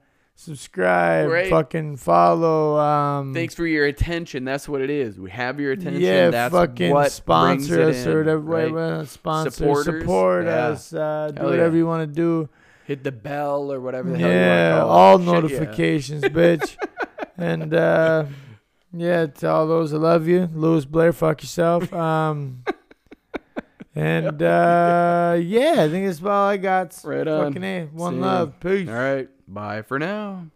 subscribe, Right. fucking follow. Um, Thanks for your attention. That's what it is. We have your attention. Yeah, That's fucking what sponsor brings us it in, or whatever. right? whatever, Sponsor, Supporters. support Yeah. us. Uh, do Hell whatever yeah. you want to do. Hit the bell or whatever the hell you Yeah, want to all Shit, yeah. notifications, bitch. And uh, yeah, to all those I love you, Lewis Blair, fuck yourself. Um, and uh, yeah, I think that's about all I got. Right on. Fucking a, one See ya. love, peace. All right. Bye for now.